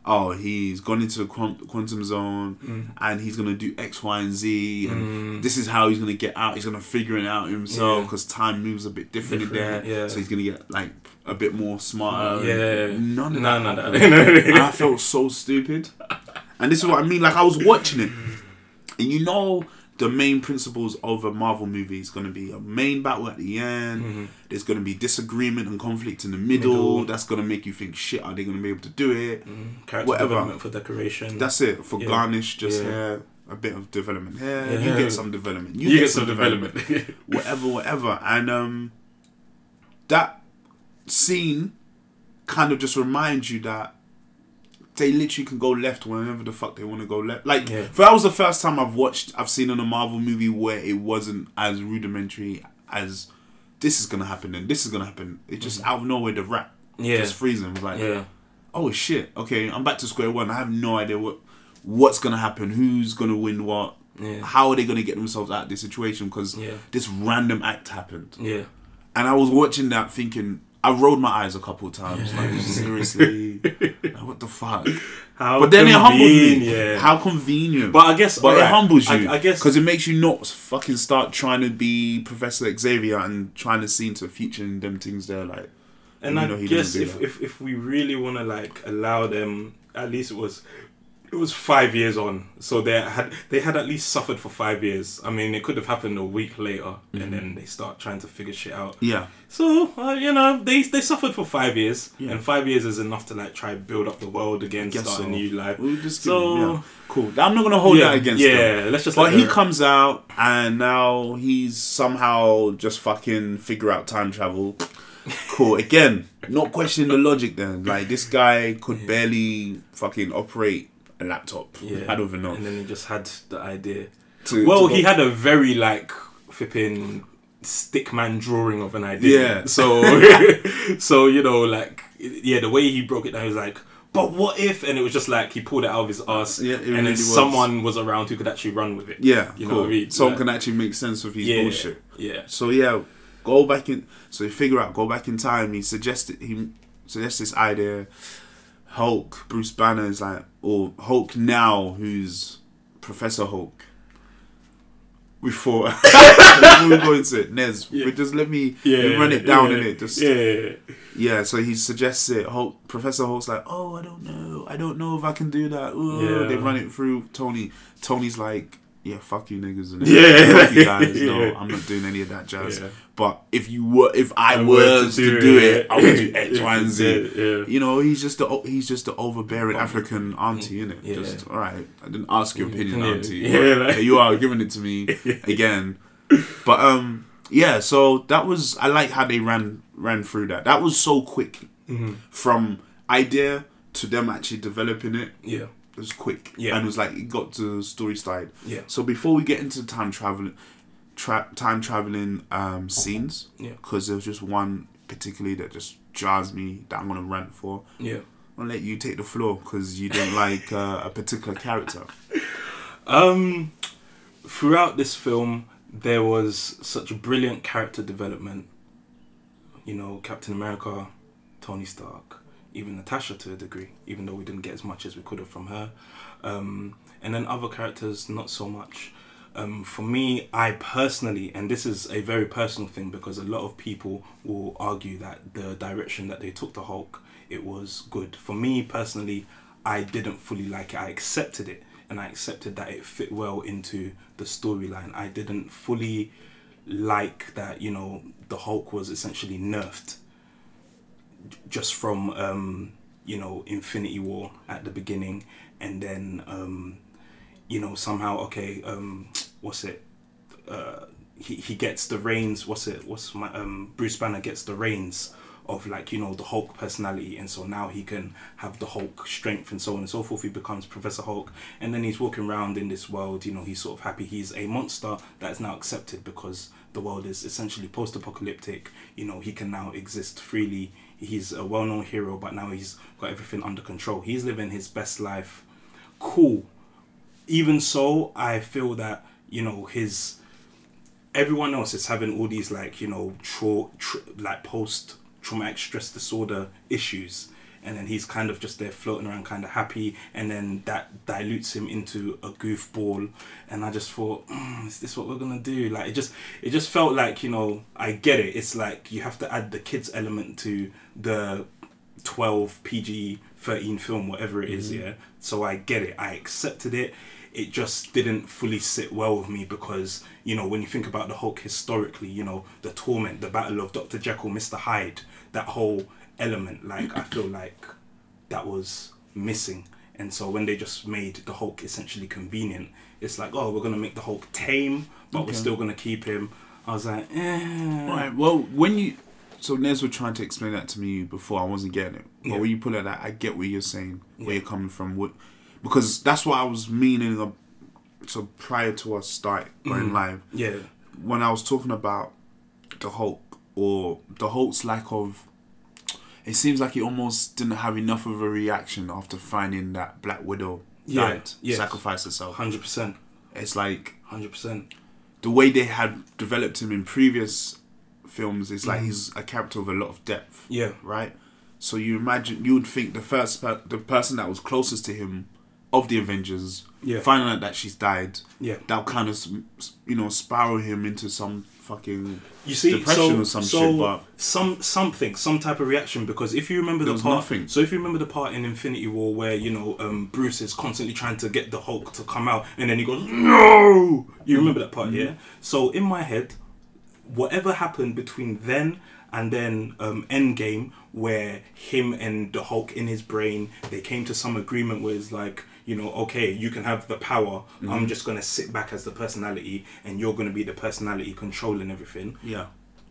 B: Oh, he's gone into the quan- quantum zone,
C: Mm.
B: and he's gonna do X, Y, and Z, and this is how he's gonna get out. He's gonna figure it out himself
C: Yeah.
B: because time moves a bit differently
C: Different,
B: there.
C: yeah.
B: So he's gonna get like a bit more smarter.
C: Yeah.
B: Um, none of
C: None
B: that.
C: of
B: happened.
C: that.
B: And I felt so stupid. And this is what I mean. Like I was watching it, and you know the main principles of a Marvel movie is going to be a main battle at the end. There's going to be disagreement and conflict in the middle.
C: Mm-hmm. Middle.
B: That's going to make you think, shit, are they going to be able to do it?
C: character
B: Whatever.
C: development for decoration.
B: That's it for
C: Yeah.
B: garnish, just
C: Yeah.
B: here, a bit of development here. You
C: Yeah.
B: get some development.
C: you get some development.
B: whatever, whatever. And um, that scene kind of just reminds you that they literally can go left whenever the fuck they want to go left. Like,
C: Yeah.
B: for that was the first time I've watched, I've seen in a Marvel movie where it wasn't as rudimentary as this is gonna happen and this is gonna happen. It just out of nowhere the rap
C: Mm-hmm. Yeah.
B: just freezing. It was like,
C: yeah,
B: oh shit, okay, I'm back to square one. I have no idea what what's gonna happen, who's gonna win what,
C: Yeah.
B: how are they gonna get themselves out of this situation? Because
C: Yeah.
B: this random act happened,
C: yeah.
B: and I was watching that thinking. I rolled my eyes a couple of times, like seriously, like, what the fuck?
C: How
B: But then it humbled me.
C: convenient.
B: How convenient!
C: But I guess-
B: but it
C: alright,
B: humbles
C: I-
B: you.
C: I guess-
B: because it makes you not fucking start trying to be Professor Xavier and trying to see into the future and them things there. Like,
C: And
B: You
C: I
B: know he
C: guess
B: didn't do
C: if,
B: that.
C: if if we really want to like allow them, at least it was it was five years on, so they had they had at least suffered for five years. I mean, it could have happened a week later, and then they start trying to figure shit out.
B: Mm-hmm. yeah,
C: So uh, you know they they suffered for five years,
B: Yeah.
C: and five years is enough to like try build up the world again,
B: guess
C: start
B: so.
C: a new life.
B: We'll just give
C: so
B: him- yeah. cool. I'm not gonna hold that against
C: yeah,
B: him.
C: let's just.
B: But
C: let
B: he
C: the-
B: comes out and now he's somehow just fucking figure out time travel. Cool. Again, not questioning the logic then. Like this guy could barely fucking operate a laptop. I don't even know.
C: And then he just had the idea.
B: To-
C: well,
B: to
C: he
B: go-
C: had a very like flipping stickman drawing of an idea.
B: Yeah.
C: So, so you know, like yeah, the way he broke it down, he was like. But what if? And it was just like he pulled it out of his ass,
B: Yeah, it
C: and then
B: really was.
C: someone was around who could actually run with it.
B: Yeah, cool.
C: you know what I mean.
B: Someone
C: Like,
B: can actually make sense of his
C: yeah,
B: bullshit.
C: Yeah,
B: So yeah, go back in. So you figure out go back in time. He suggested he suggests this idea. Hulk, Bruce Banner is like, or Hulk now, who's Professor Hulk, we thought. Before we go into it, Nez,
C: Yeah.
B: but just let me
C: Yeah,
B: you run it down
C: yeah,
B: in it. Just
C: yeah,
B: yeah.
C: yeah, yeah.
B: So he suggests it. Holt, Professor Holt's like, oh, I don't know, I don't know if I can do that. Ooh.
C: Yeah.
B: They run it through Tony. Tony's like, yeah, fuck you niggas and
C: Yeah.
B: fuck you guys. No,
C: Yeah.
B: I'm not doing any of that jazz.
C: Yeah.
B: But if you were, if I, was to do, it, I would do X, Y, and Z.
C: Yeah, yeah.
B: You know, he's just the o- he's just the overbearing African auntie, innit?
C: Yeah.
B: Just all right. I didn't ask your opinion,
C: Yeah.
B: auntie.
C: Yeah,
B: but
C: like-
B: you are giving it to me again. But um, yeah. So that was I like how they ran ran through that. That was so quick
C: Mm-hmm.
B: from idea to them actually developing it.
C: Yeah.
B: It was quick.
C: Yeah.
B: And it was like it got to story side.
C: Yeah.
B: So before we get into time traveling, tra- time traveling um scenes.
C: Yeah.
B: Because there was just one particularly that just jars me that I'm gonna rant for.
C: Yeah.
B: I'll let you take the floor because you don't like uh, a particular character.
C: Um, throughout this film, there was such brilliant character development. You know, Captain America, Tony Stark, even Natasha to a degree, even though we didn't get as much as we could have from her. Um, and then other characters, not so much. Um, for me, I personally, and this is a very personal thing because a lot of people will argue that the direction that they took the Hulk, it was good. For me personally, I didn't fully like it. I accepted it and I accepted that it fit well into the storyline. I didn't fully like that, you know, the Hulk was essentially nerfed just from um, you know Infinity War at the beginning, and then um, you know somehow okay, um, what's it? Uh, he he gets the reins. What's it? What's my um, Bruce Banner gets the reins of like you know the Hulk personality, and so now he can have the Hulk strength and so on and so forth. He becomes Professor Hulk, and then he's walking around in this world. You know he's sort of happy. He's a monster that is now accepted because the world is essentially post-apocalyptic. You know he can now exist freely he's a well-known hero but now he's got everything under control he's living his best life cool even so i feel that you know his everyone else is having all these like you know tra- tra- like post traumatic stress disorder issues and then he's kind of just there floating around kind of happy and then that dilutes him into a goofball and i just thought mm, is this what we're gonna do like it just it just felt like you know i get it it's like you have to add the kids element to the 12 PG 13 film, whatever it is, yeah. So I get it, I accepted it. It just didn't fully sit well with me because, you know, when you think about the Hulk historically, you know, the torment, the battle of Dr. Jekyll, Mr. Hyde, that whole element, like, I feel like that was missing. And so when they just made the Hulk essentially convenient, it's like, oh, we're going to make the Hulk tame, but we're still going to keep him. I was like, eh.
B: Right. Well, when you so Nez were trying to explain that to me before, I wasn't getting it. But
C: Yeah.
B: when you put it like that, I get where you're saying, where you're coming from, what because that's what I was meaning. Of, so prior to us start going live,
C: Mm. Yeah.
B: when I was talking about the Hulk or the Hulk's lack of, it seems like he almost didn't have enough of a reaction after finding that Black Widow
C: Yeah,
B: died,
C: yes.
B: sacrificed herself.
C: 100%.
B: It's like
C: 100%.
B: the way they had developed him in previous films is like he's a character with a lot of depth,
C: Mm. Yeah.
B: right? So you imagine you would think the first per- the person that was closest to him of the Avengers,
C: Yeah.
B: finding out that she's died,
C: Yeah.
B: that'll kind of you know spiral him into some fucking
C: you see
B: depression
C: so,
B: or some
C: so
B: shit, but
C: some something some type of reaction because if you remember the
B: was
C: part
B: nothing.
C: so if you remember the part in infinity war where you know um, bruce is constantly trying to get the hulk to come out and then he goes no you remember that part yeah
B: Mm-hmm.
C: so in my head whatever happened between then and then um, Endgame, where him and the Hulk in his brain, they came to some agreement where it's like, you know, okay, you can have the power.
B: Mm-hmm.
C: I'm just gonna sit back as the personality, and you're gonna be the personality controlling everything
B: yeah,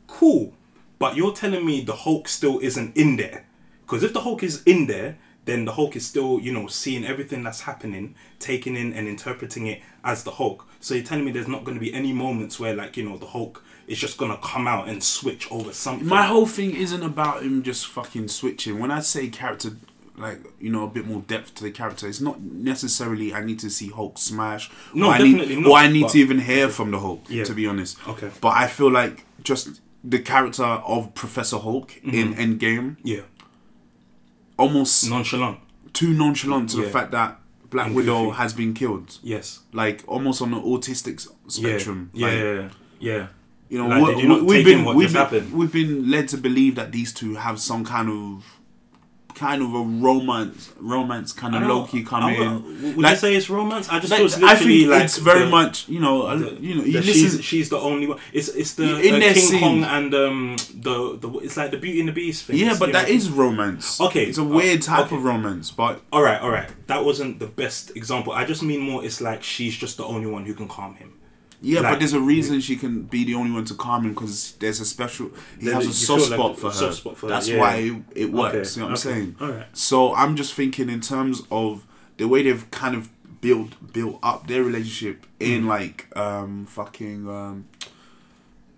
C: cool. But you're telling me the Hulk still isn't in there. Because if the Hulk is in there, then the Hulk is still, you know, seeing everything that's happening, taking in and interpreting it as the Hulk. So you're telling me there's not going to be any moments where, like, you know, the Hulk is just going to come out and switch over something.
B: my whole thing isn't about him just fucking switching. When I say character, like you know, a bit more depth to the character, it's not necessarily I need to see Hulk smash.
C: No,
B: or I need-
C: definitely not,
B: Or I need
C: but-
B: to even hear from the Hulk.
C: Yeah.
B: To be honest.
C: Okay.
B: But I feel like just the character of Professor Hulk in
C: Mm-hmm.
B: Endgame
C: yeah,
B: almost
C: nonchalant.
B: too nonchalant to
C: Yeah.
B: the fact that Black
C: And
B: Widow
C: Goofy.
B: has been killed,
C: Yes.
B: like almost on the autistic s-
C: Yeah.
B: spectrum.
C: Yeah.
B: Like,
C: yeah, yeah. yeah.
B: You know,
C: Like,
B: we-
C: did you not
B: we- we've
C: take
B: been
C: in what
B: we've
C: just
B: been,
C: happened?
B: we've been led to believe that these two have some kind of kind of a romance romance kind of
C: I don't
B: low key
C: know.
B: kind
C: I
B: of
C: would- Would
B: like-
C: you say it's romance? I just
B: Like,
C: thought it's
B: I
C: literally
B: think
C: like
B: it's very
C: the-
B: much you know I- you know you
C: that
B: listen
C: she's, she's the only one. It's it's the,
B: In
C: uh,
B: their
C: King
B: scene.
C: Kong and um the the it's like the Beauty and the Beast thing.
B: yeah
C: It's,
B: but
C: you
B: that
C: know-
B: is romance
C: Okay,
B: it's a
C: uh,
B: weird type
C: okay.
B: of romance but
C: all right. All right, that wasn't the best example. I just mean more. It's like she's just the only one who can calm him.
B: yeah but
C: Like-
B: there's a reason she can be the only one to calm him because there's a special he
C: There-
B: has a
C: you
B: soft
C: feel like
B: spot,
C: a
B: for her.
C: soft spot for her,
B: that's
C: yeah.
B: why it, it works you know what I'm
C: okay,
B: saying
C: alright.
B: so I'm just thinking in terms of the way they've kind of built built up their relationship
C: Mm.
B: in like um fucking um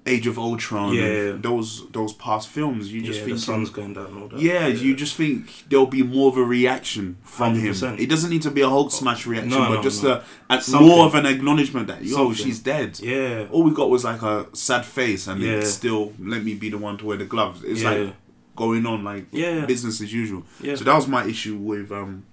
B: Age of Ultron
C: Yeah,
B: and
C: yeah.
B: those those past films you just
C: yeah,
B: think
C: the sun's going down. and All that.
B: Yeah, you just think there'll be more of a reaction from him.
C: 100%.
B: It doesn't need to be a Hulk smash reaction,
C: No,
B: but
C: no,
B: just
C: no.
B: a, a
C: Something.
B: more of an acknowledgement that yo,
C: Something.
B: she's dead.
C: Yeah.
B: All we got was like a sad face, and
C: Yeah.
B: it still let me be the one to wear the gloves. It's
C: Yeah.
B: like going on like
C: Yeah.
B: business as usual.
C: Yeah.
B: So that was my issue with um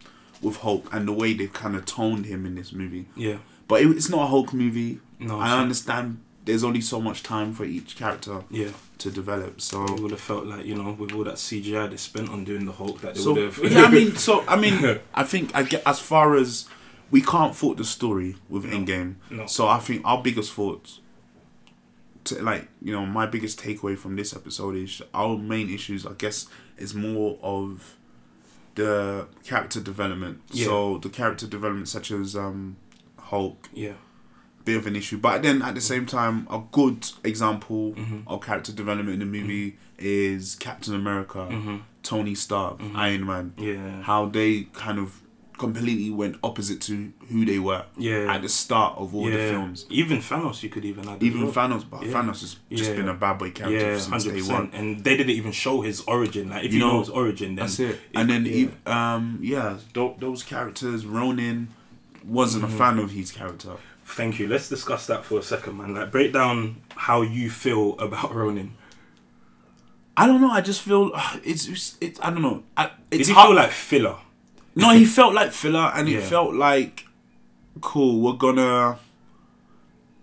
B: with Hulk and the way they've kind of toned him in this movie.
C: Yeah.
B: But it, it's not a Hulk movie.
C: No,
B: I
C: it's-
B: understand. There's only so much time for each character
C: Yeah.
B: to develop. So
C: I would have felt like you know with all that CGI they spent on doing the Hulk that they
B: So
C: would have.
B: yeah, I mean, so I mean, I think I get as far as we can't fault the story with Endgame.
C: no.
B: So I think our biggest fault, to, like you know, my biggest takeaway from this episode is our main issues. I guess is more of the character development.
C: Yeah.
B: So the character development, such as um, Hulk,
C: yeah.
B: bit of an issue. But then
C: Mm-hmm.
B: at the same time, a good example of character development in the movie
C: Mm-hmm.
B: is Captain America, Tony Stark, Iron Man.
C: Yeah.
B: How they kind of completely went opposite to who they were
C: Yeah.
B: at the start of all
C: yeah.
B: the films.
C: Even Thanos, you could even add. as
B: Even
C: well.
B: Thanos, but
C: Yeah.
B: Thanos has just
C: Yeah.
B: been a bad boy character
C: Yeah,
B: since
C: hundred
B: day one.
C: percent. And they didn't even show his origin. Like if
B: You
C: you,
B: know,
C: know, his origin, then
B: That's it. And then,
C: yeah.
B: ev- um, yeah, tho- those characters, Ronin wasn't
C: Mm-hmm.
B: a fan of his character.
C: thank you. Let's discuss that for a second, man. Like break down how you feel about Ronin.
B: I don't know. I just feel it's it's, it's I don't know. I,
C: Did
B: it's
C: you
B: hard-
C: feel like filler?
B: No, he felt like filler, and it
C: Yeah.
B: felt like cool. We're gonna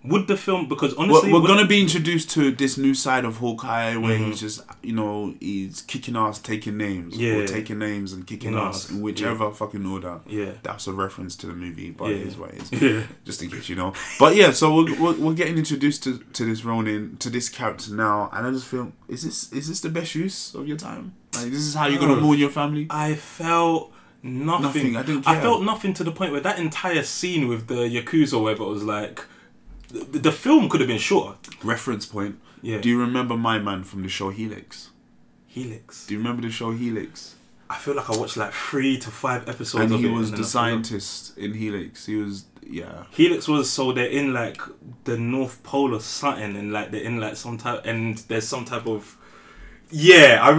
C: Would the film because
B: we're,
C: honestly,
B: we're
C: would-
B: gonna be introduced to this new side of Hawkeye where he's just you know he's kicking ass, taking names, or
C: Mm-hmm. Yeah.
B: taking names and kicking
C: No,
B: ass in whichever fucking order.
C: Yeah.
B: that's a reference to the movie, but it
C: Yeah.
B: is what it is. Just in case you know. But yeah, so we're, we're, we're getting introduced to, to this Ronin, to this character now, and I just feel is this is this the best use of your time? Like this is how you're gonna
C: Oh.
B: mourn your family?
C: I felt nothing.
B: Nothing, I didn't care.
C: felt nothing to the point where that entire scene with the yakuza, or whatever, it was like. The, the film could have been shorter.
B: Reference point.
C: Yeah.
B: Do you remember my man from the show Helix?
C: Helix.
B: Do you remember the show Helix?
C: I feel like I watched like three to five episodes.
B: And
C: of
B: he
C: it
B: was
C: and
B: the
C: then I forgot.
B: scientist in Helix. He was yeah.
C: Helix was so they're in like the North Pole or something, and like they're in like some type, and there's some type of yeah. I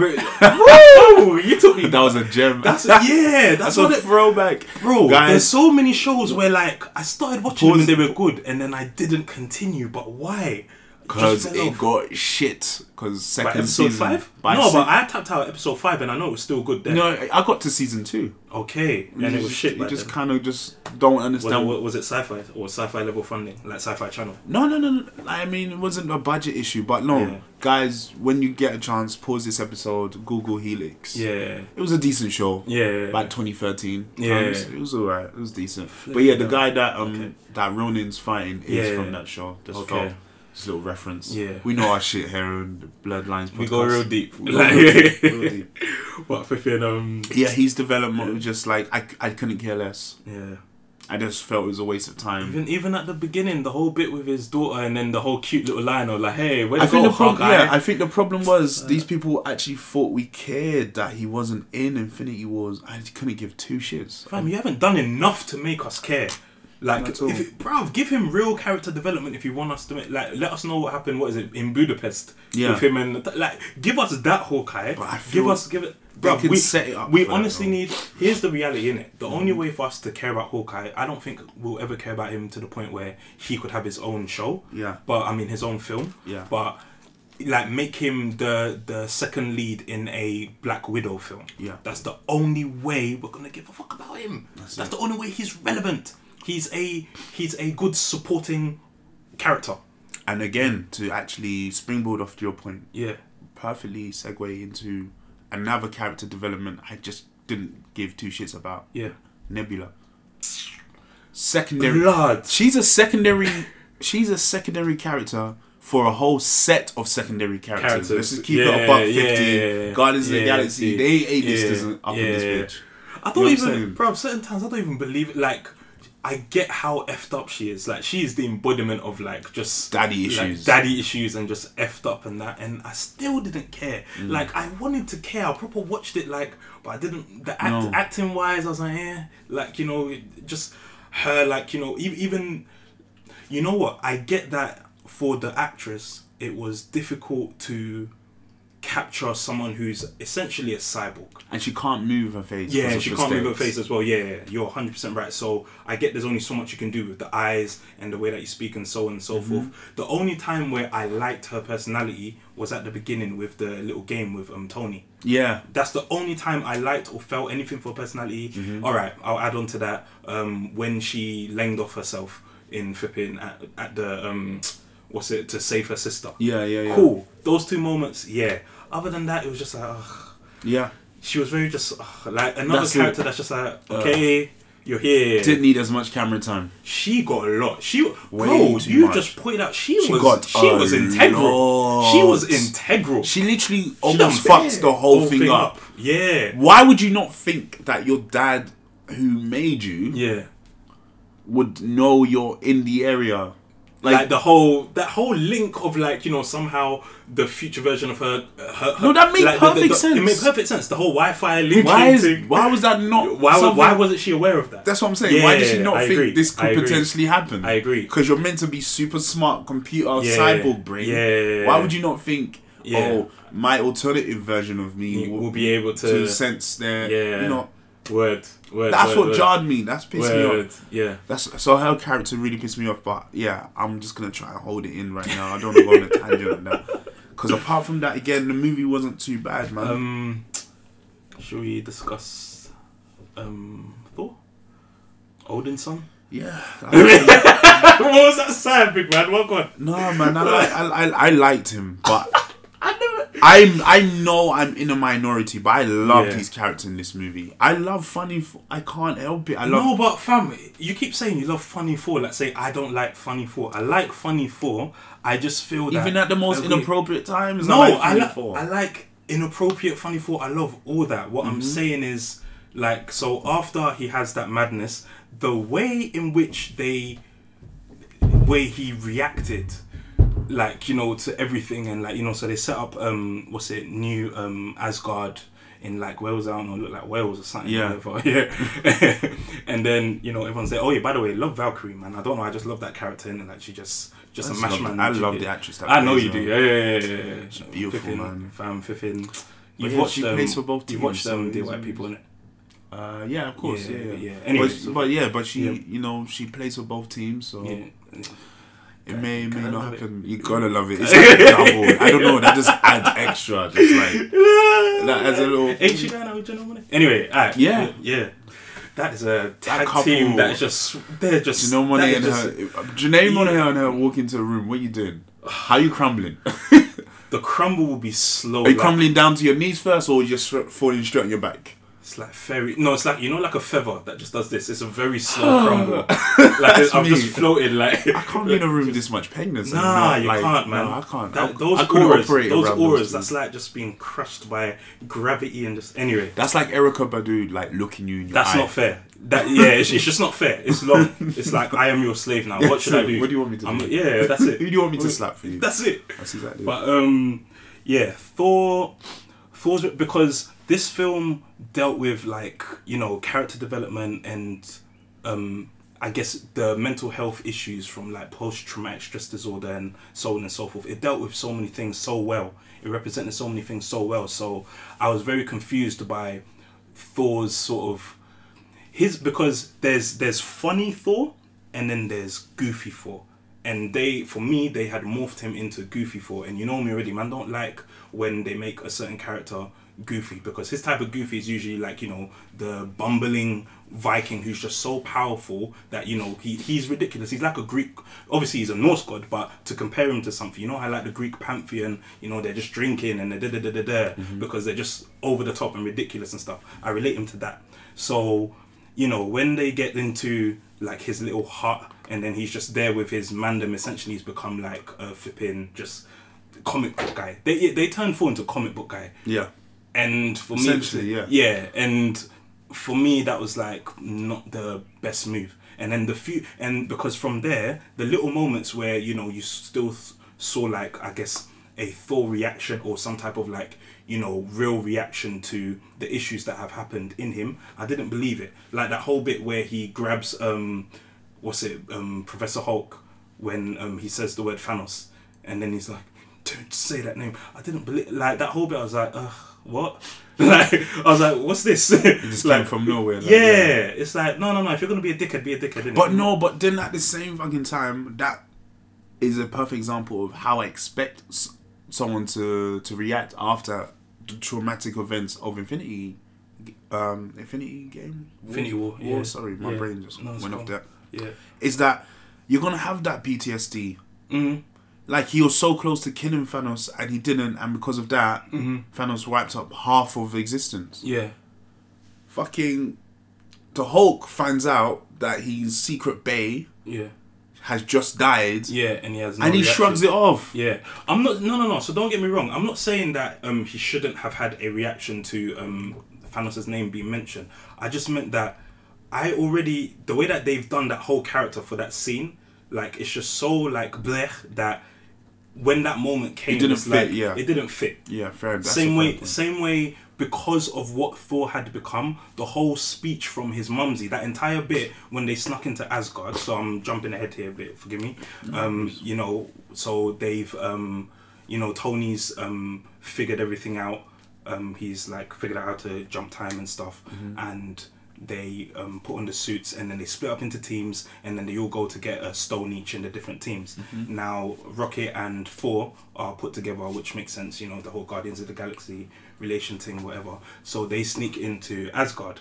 C: re- woo, you took me.
B: That was a gem.
C: That's yeah. That's, what it,
B: throwback,
C: bro. There's
B: Guys,
C: so many shows where like I started watching
B: Pause.
C: them and they were good, and then I didn't continue. But why?
B: because
C: Just fell
B: it
C: off.
B: got shit. Because
C: By
B: second
C: episode
B: season,
C: five.
B: by
C: no,
B: se-
C: but I tapped out at episode five, and I know it was still good then.
B: no, I- I got to season two.
C: Okay, and it was shit.
B: You
C: Like
B: just
C: just
B: kind of just don't
C: was,
B: understand
C: it,
B: what.
C: was it sci-fi or sci-fi level funding, like sci-fi channel?
B: No, no, no, no. I mean, it wasn't a budget issue, but no,
C: Yeah.
B: guys. When you get a chance, pause this episode. Google Helix.
C: Yeah.
B: It was a decent show.
C: Yeah.
B: Like 2013.
C: Yeah.
B: times. It was alright. It was decent. But yeah, the guy that um
C: Okay.
B: that Ronin's fighting is
C: Yeah.
B: from that show. Just
C: Okay.
B: felt just a little reference.
C: Yeah.
B: We know our shit here on the Bloodlines podcast.
C: We go real deep.
B: We go
C: Like,
B: real deep, real deep.
C: what flipping um
B: Yeah, he's development was just like I, I couldn't care less.
C: yeah.
B: I just felt it was a waste of time.
C: Even even at the beginning, the whole bit with his daughter, and then the whole cute little line of like, "Hey, where
B: I
C: you
B: think
C: go,
B: the problem,
C: Hawkeye?"
B: yeah, I think the problem was these people actually thought we cared that he wasn't in Infinity Wars. I couldn't give two shits.
C: Fam, you haven't done enough to make us care. Like,
B: Not at
C: if
B: all.
C: it, bruv, give him real character development if you want us to. Make, like, let us know what happened. What is it in Budapest
B: Yeah.
C: with him and like, give us that Hawkeye.
B: I
C: give
B: feel
C: us give it.
B: they
C: Bruv,
B: could
C: we
B: set it up for
C: we
B: that, Mm.
C: honestly
B: though.
C: need. Here's the reality in it. The only way for us to care about Hawkeye, I don't think we'll ever care about him to the point where he could have his own show.
B: Yeah.
C: But I mean, his own film.
B: Yeah.
C: But like make him the the second lead in a Black Widow film.
B: Yeah.
C: that's the only way we're gonna give a fuck about him. That's,
B: it.
C: the only way he's relevant. He's a he's a good supporting character.
B: And again, to actually springboard off to your point,
C: Yeah,
B: perfectly segue into another character development I just didn't give two shits about.
C: yeah.
B: Nebula. Secondary.
C: Blood.
B: She's a secondary. she's a secondary character for a whole set of secondary characters.
C: Characters.
B: Let's just keep it
C: Yeah,
B: above
C: yeah,
B: fifty.
C: yeah, yeah.
B: Guardians of
C: Yeah,
B: the Galaxy.
C: yeah.
B: They a listers
C: Yeah,
B: up in
C: yeah.
B: this bitch.
C: I don't
B: You know what I'm
C: even,
B: saying?
C: bro. Certain times I don't even believe it. Like, I get how effed up she is. Like, she is the embodiment of like just
B: Daddy
C: like,
B: issues.
C: daddy issues, and just effed up and that. And I still didn't care.
B: Mm.
C: Like, I wanted to care. I proper watched it. Like, but I didn't. The act,
B: No.
C: acting wise, I was like, eh. Like, you know, it- just her. Like, you know, e- even you know what? I get that for the actress, it was difficult to capture someone who's essentially a cyborg.
B: And she can't move her face.
C: Yeah,
B: because
C: and
B: of
C: she
B: the
C: can't move her
B: stakes.
C: face as well. Yeah, yeah, yeah. you're 100% right. So I get there's only so much you can do with the eyes and the way that you speak and so on and so
B: Mm-hmm.
C: forth. The only time where I liked her personality was at the beginning with the little game with um Tony.
B: Yeah,
C: That's the only time I liked or felt anything for personality.
B: Mm-hmm.
C: All right, I'll add on to that. Um, when she langed off herself in flipping at, at the um, what's it to save her sister.
B: yeah, yeah, yeah.
C: Cool. Those two moments, yeah. Other than that, it was just like. Ugh
B: Yeah,
C: she was very just ugh, like another
B: That's
C: character
B: it. Uh.
C: that's just like okay you're here
B: didn't need as much camera time.
C: she got a lot she
B: Way
C: bro
B: too
C: you
B: much.
C: just pointed out she, was
B: got
C: she
B: a
C: was integral she was integral
B: She literally
C: She done
B: almost fucks
C: bad.
B: the whole, thing, up.
C: yeah
B: Why would you not think that your dad, who made you,
C: yeah
B: would know you're in the area?
C: like,
B: Like,
C: the whole that whole link of like you know somehow the future version of her, her, her
B: No, that made
C: like, the- the-
B: perfect
C: the- it made
B: sense.
C: perfect sense the whole Wi-Fi link
B: why is
C: thing.
B: why was that not?
C: why, was-
B: something-
C: why wasn't she aware of that
B: That's what I'm saying. why did she
C: Yeah,
B: not
C: I
B: think
C: agree.
B: this could
C: I agree.
B: potentially happen?
C: I agree.
B: Because you're meant to be super smart computer
C: Yeah.
B: cyborg brain.
C: Yeah.
B: Why would you not think?
C: Yeah.
B: Oh, my alternative version of me
C: will be able to,
B: to sense their.
C: Yeah.
B: You know,
C: word word
B: that's
C: word,
B: what
C: word,
B: jarred me. That's pissed me
C: word
B: off.
C: yeah
B: That's so her character really pissed me off. But yeah, I'm just gonna try and hold it in right now. I don't want to go on a tangent on that. Because apart from that, again, the movie wasn't too bad, man.
C: Um, should we discuss um Thor? Odin's son?
B: yeah. I-
C: what was that sad, big man? What God?
B: no, man. I, like, I, I I liked him, but.
C: I never.
B: I'm I know I'm in a minority, but I loved
C: Yeah.
B: his character in this movie. I love funny. F- I can't help it. I love.
C: No, but fam, you keep saying you love Funny Four. Like, say I don't like Funny Four. I like Funny Four. I just feel that
B: even at the most
C: I agree.
B: inappropriate times.
C: No, I
B: Funny
C: like
B: Four.
C: I like inappropriate funny thought. I love all that. What
B: Mm-hmm.
C: I'm saying is like so after he has that madness, the way in which they way he reacted like you know to everything and like you know so they set up um what's it new um Asgard in like Wales I don't know look like Wales or something
B: Yeah.
C: whatever. yeah and then you know everyone's like oh yeah by the way love Valkyrie man I don't know I just love that character and like she just just
B: just
C: a mash
B: love-
C: man
B: I
C: that she
B: love
C: did.
B: the actress that
C: I know
B: plays
C: you do.
B: her.
C: Yeah, yeah, yeah, yeah, yeah. She's
B: beautiful, man.
C: Fam, fifin. You've
B: yeah,
C: watched
B: she
C: um,
B: plays for both
C: You've
B: teams,
C: watched um,
B: so
C: the
B: it's
C: white
B: amazing.
C: people in it.
B: Uh, yeah, of course.
C: Yeah,
B: Yeah, yeah.
C: yeah. Anyway,
B: but,
C: so-
B: but yeah, but she,
C: Yeah.
B: you know, she plays for both teams, so
C: Yeah.
B: it may may
C: gotta
B: not
C: love it.
B: happen. You gotta love it. It's like double. I don't know. That just adds extra. Just like that adds a little.
C: Ain't she going out with Jenna Anyway, alright.
B: Yeah.
C: yeah. That is a tag
B: couple-
C: team that is just they're just
B: Janelle Monae
C: that
B: and
C: is just-
B: her, Janelle Monae and her walk into a room. What you doing? How you crumbling?
C: The crumble will be slow.
B: Are you
C: like-
B: crumbling down to your knees first, or just stra- falling straight on your back?
C: It's like fairy. No, it's like you know, like a feather that just does this. It's a very slow crumble. Like I'm
B: me.
C: just floating. Like
B: I can't be in a room with this much pain.
C: Nah, you can't, man.
B: No, I can't.
C: That-
B: I,
C: those
B: I couldn't
C: auras,
B: operate
C: those
B: around
C: auras.
B: those
C: that's
B: things.
C: like just being crushed by gravity and just anyway.
B: That's like Erica Badu, like looking you in your
C: That's
B: eye.
C: not fair. That yeah, it's, it's just not fair. It's long. It's like I am your slave now. what should I do?
B: What do you want me to
C: I'm-
B: do?
C: Yeah, that's
B: Who do
C: it.
B: you want me to slap for you?
C: that's it.
B: That's exactly. it.
C: But um, yeah, Thor, Thor's because this film dealt with like you know character development and um, I guess the mental health issues from like post traumatic stress disorder and so on and so forth. It dealt with so many things so well. It represented so many things so well. So I was very confused by Thor's sort of his because there's there's funny Thor and then there's goofy Thor. And they, for me, they had morphed him into Goofy for. And you know me already, man. Don't like when they make a certain character Goofy because his type of Goofy is usually like you know the bumbling Viking who's just so powerful that you know he, he's ridiculous. He's like a Greek. Obviously, he's a Norse god, but to compare him to something, you know how like the Greek pantheon, you know they're just drinking and they're da da da da da because they're just over the top and ridiculous and stuff. I relate him to that. So you know, when they get into like his little hut and then he's just there with his mandem, essentially he's become like a flipping just comic book guy. They they turn Thor into comic book guy.
B: Yeah.
C: And for me,
B: Essentially, yeah.
C: yeah, and for me that was like not the best move. And then the few, and because from there, the little moments where you know you still s- saw like I guess a Thor reaction or some type of like you know real reaction to the issues that have happened in him, I didn't believe it. Like that whole bit where he grabs um, what's it, um, Professor Hulk when um he says the word Thanos, and then he's like, don't say that name. I didn't believe like that whole bit. I was like, ugh, what? Like I was like, what's this?
B: Just
C: like
B: came from nowhere. like,
C: yeah, it's like no, no, no. If you're gonna be a dickhead, be a dickhead. innit?
B: But no, but then at the same fucking time, that is a perfect example of how I expect s- someone to to react after the traumatic events of Infinity, um, Infinity Game, War?
C: Infinity War, yeah.
B: sorry, my
C: Yeah.
B: brain just
C: No, it's
B: went off
C: cool.
B: there.
C: yeah,
B: Is that you're gonna have that PTSD?
C: Mm-hmm.
B: Like he was so close to killing Thanos and he didn't, and because of that,
C: Mm-hmm.
B: Thanos wiped up half of existence
C: yeah,
B: fucking the Hulk finds out that his secret bay
C: yeah,
B: has just died,
C: yeah. And he has. No
B: and he shrugs it off.
C: Yeah, I'm not. No, no, no. So don't get me wrong. I'm not saying that um he shouldn't have had a reaction to um Thanos' name being mentioned. I just meant that I already the way that they've done that whole character for that scene, like it's just so like blech that when that moment came,
B: didn't
C: it's like,
B: fit, yeah.
C: it didn't fit.
B: Yeah, fair. That's a
C: same
B: fair
C: way
B: point.
C: same way because of what Thor had become, the whole speech from his mumsy, that entire bit when they snuck into Asgard. So I'm jumping ahead here a bit, forgive me. Um, you know, so they've, um, you know, Tony's um, figured everything out. Um, he's like figured out how to jump time and stuff, and they um, put on the suits and then they split up into teams and then they all go to get a stone each in the different teams. Now Rocket and Four are put together, which makes sense, you know, the whole Guardians of the Galaxy relation thing, whatever. So they sneak into Asgard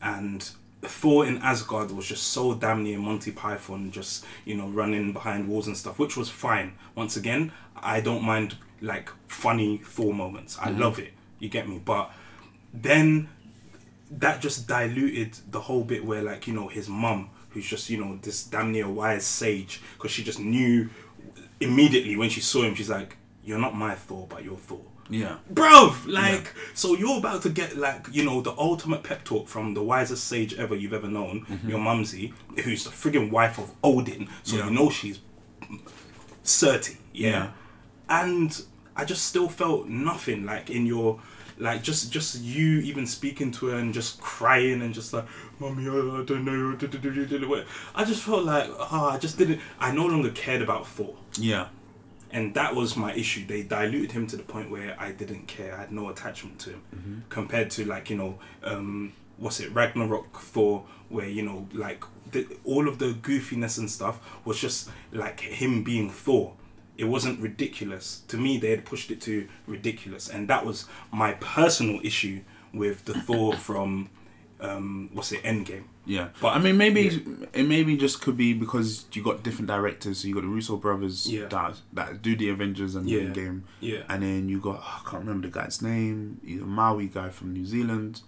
C: and Thor in Asgard was just so damn near Monty Python, just you know running behind walls and stuff, which was fine. Once again, I don't mind like funny Thor moments. I love it. You get me, but then that just diluted the whole bit where like you know his mum who's just you know this damn near wise sage because she just knew immediately when she saw him she's like you're not my thor but you're thor
B: Yeah,
C: bruv like so you're about to get like you know the ultimate pep talk from the wisest sage ever you've ever known your mumsy who's the friggin wife of odin
B: Mm-hmm.
C: so
B: Yeah.
C: you know she's 30 yeah?
B: Yeah.
C: and i just still felt nothing like in your like just just you even speaking to her and just crying and just like mommy i I don't know do, do, do, do, do, what." i just felt like oh i just didn't i no longer cared about thor
B: yeah.
C: and that was my issue they diluted him to the point where i didn't care i had no attachment to him
B: Mm-hmm.
C: compared to like you know um what's it ragnarok thor where you know like the, all of the goofiness and stuff was just like him being thor it wasn't ridiculous to me they had pushed it to ridiculous and that was my personal issue with the thor from um what's it endgame
B: Yeah,
C: But-
B: but I mean, maybe it maybe just could be because you got different directors. So you got the Russo brothers
C: Yeah.
B: that that do the Avengers and
C: Yeah.
B: Game,
C: Yeah.
B: and then you got oh, I can't remember the guy's name. He's a Maui guy from New Zealand.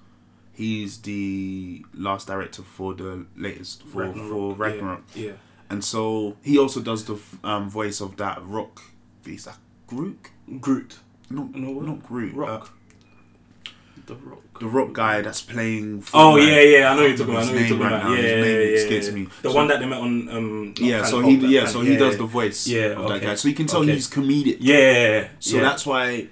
B: He's the last director for the latest for for
C: yeah,
B: Ragnarok.
C: yeah
B: and so he also does the um, voice of that rock beast, that Groot.
C: groot
B: No,
C: No, what?
B: not Groot.
C: rock
B: uh,
C: the rock
B: the rock guy that's playing.
C: Oh
B: Fortnite.
C: yeah, yeah, I know you're talking about.
B: His
C: I know
B: name
C: you're talking
B: right
C: about.
B: now,
C: Yeah,
B: his
C: yeah,
B: name
C: yeah,
B: escapes
C: yeah.
B: me.
C: The
B: So-
C: one that they met on. Um, not
B: Yeah,
C: Planet
B: so
C: Hulk,
B: he
C: like
B: yeah,
C: Planet-
B: so he does
C: yeah,
B: the voice
C: Yeah,
B: of that
C: okay.
B: guy. So you can tell
C: Okay.
B: he's comedic.
C: Yeah.
B: So
C: yeah,
B: that's why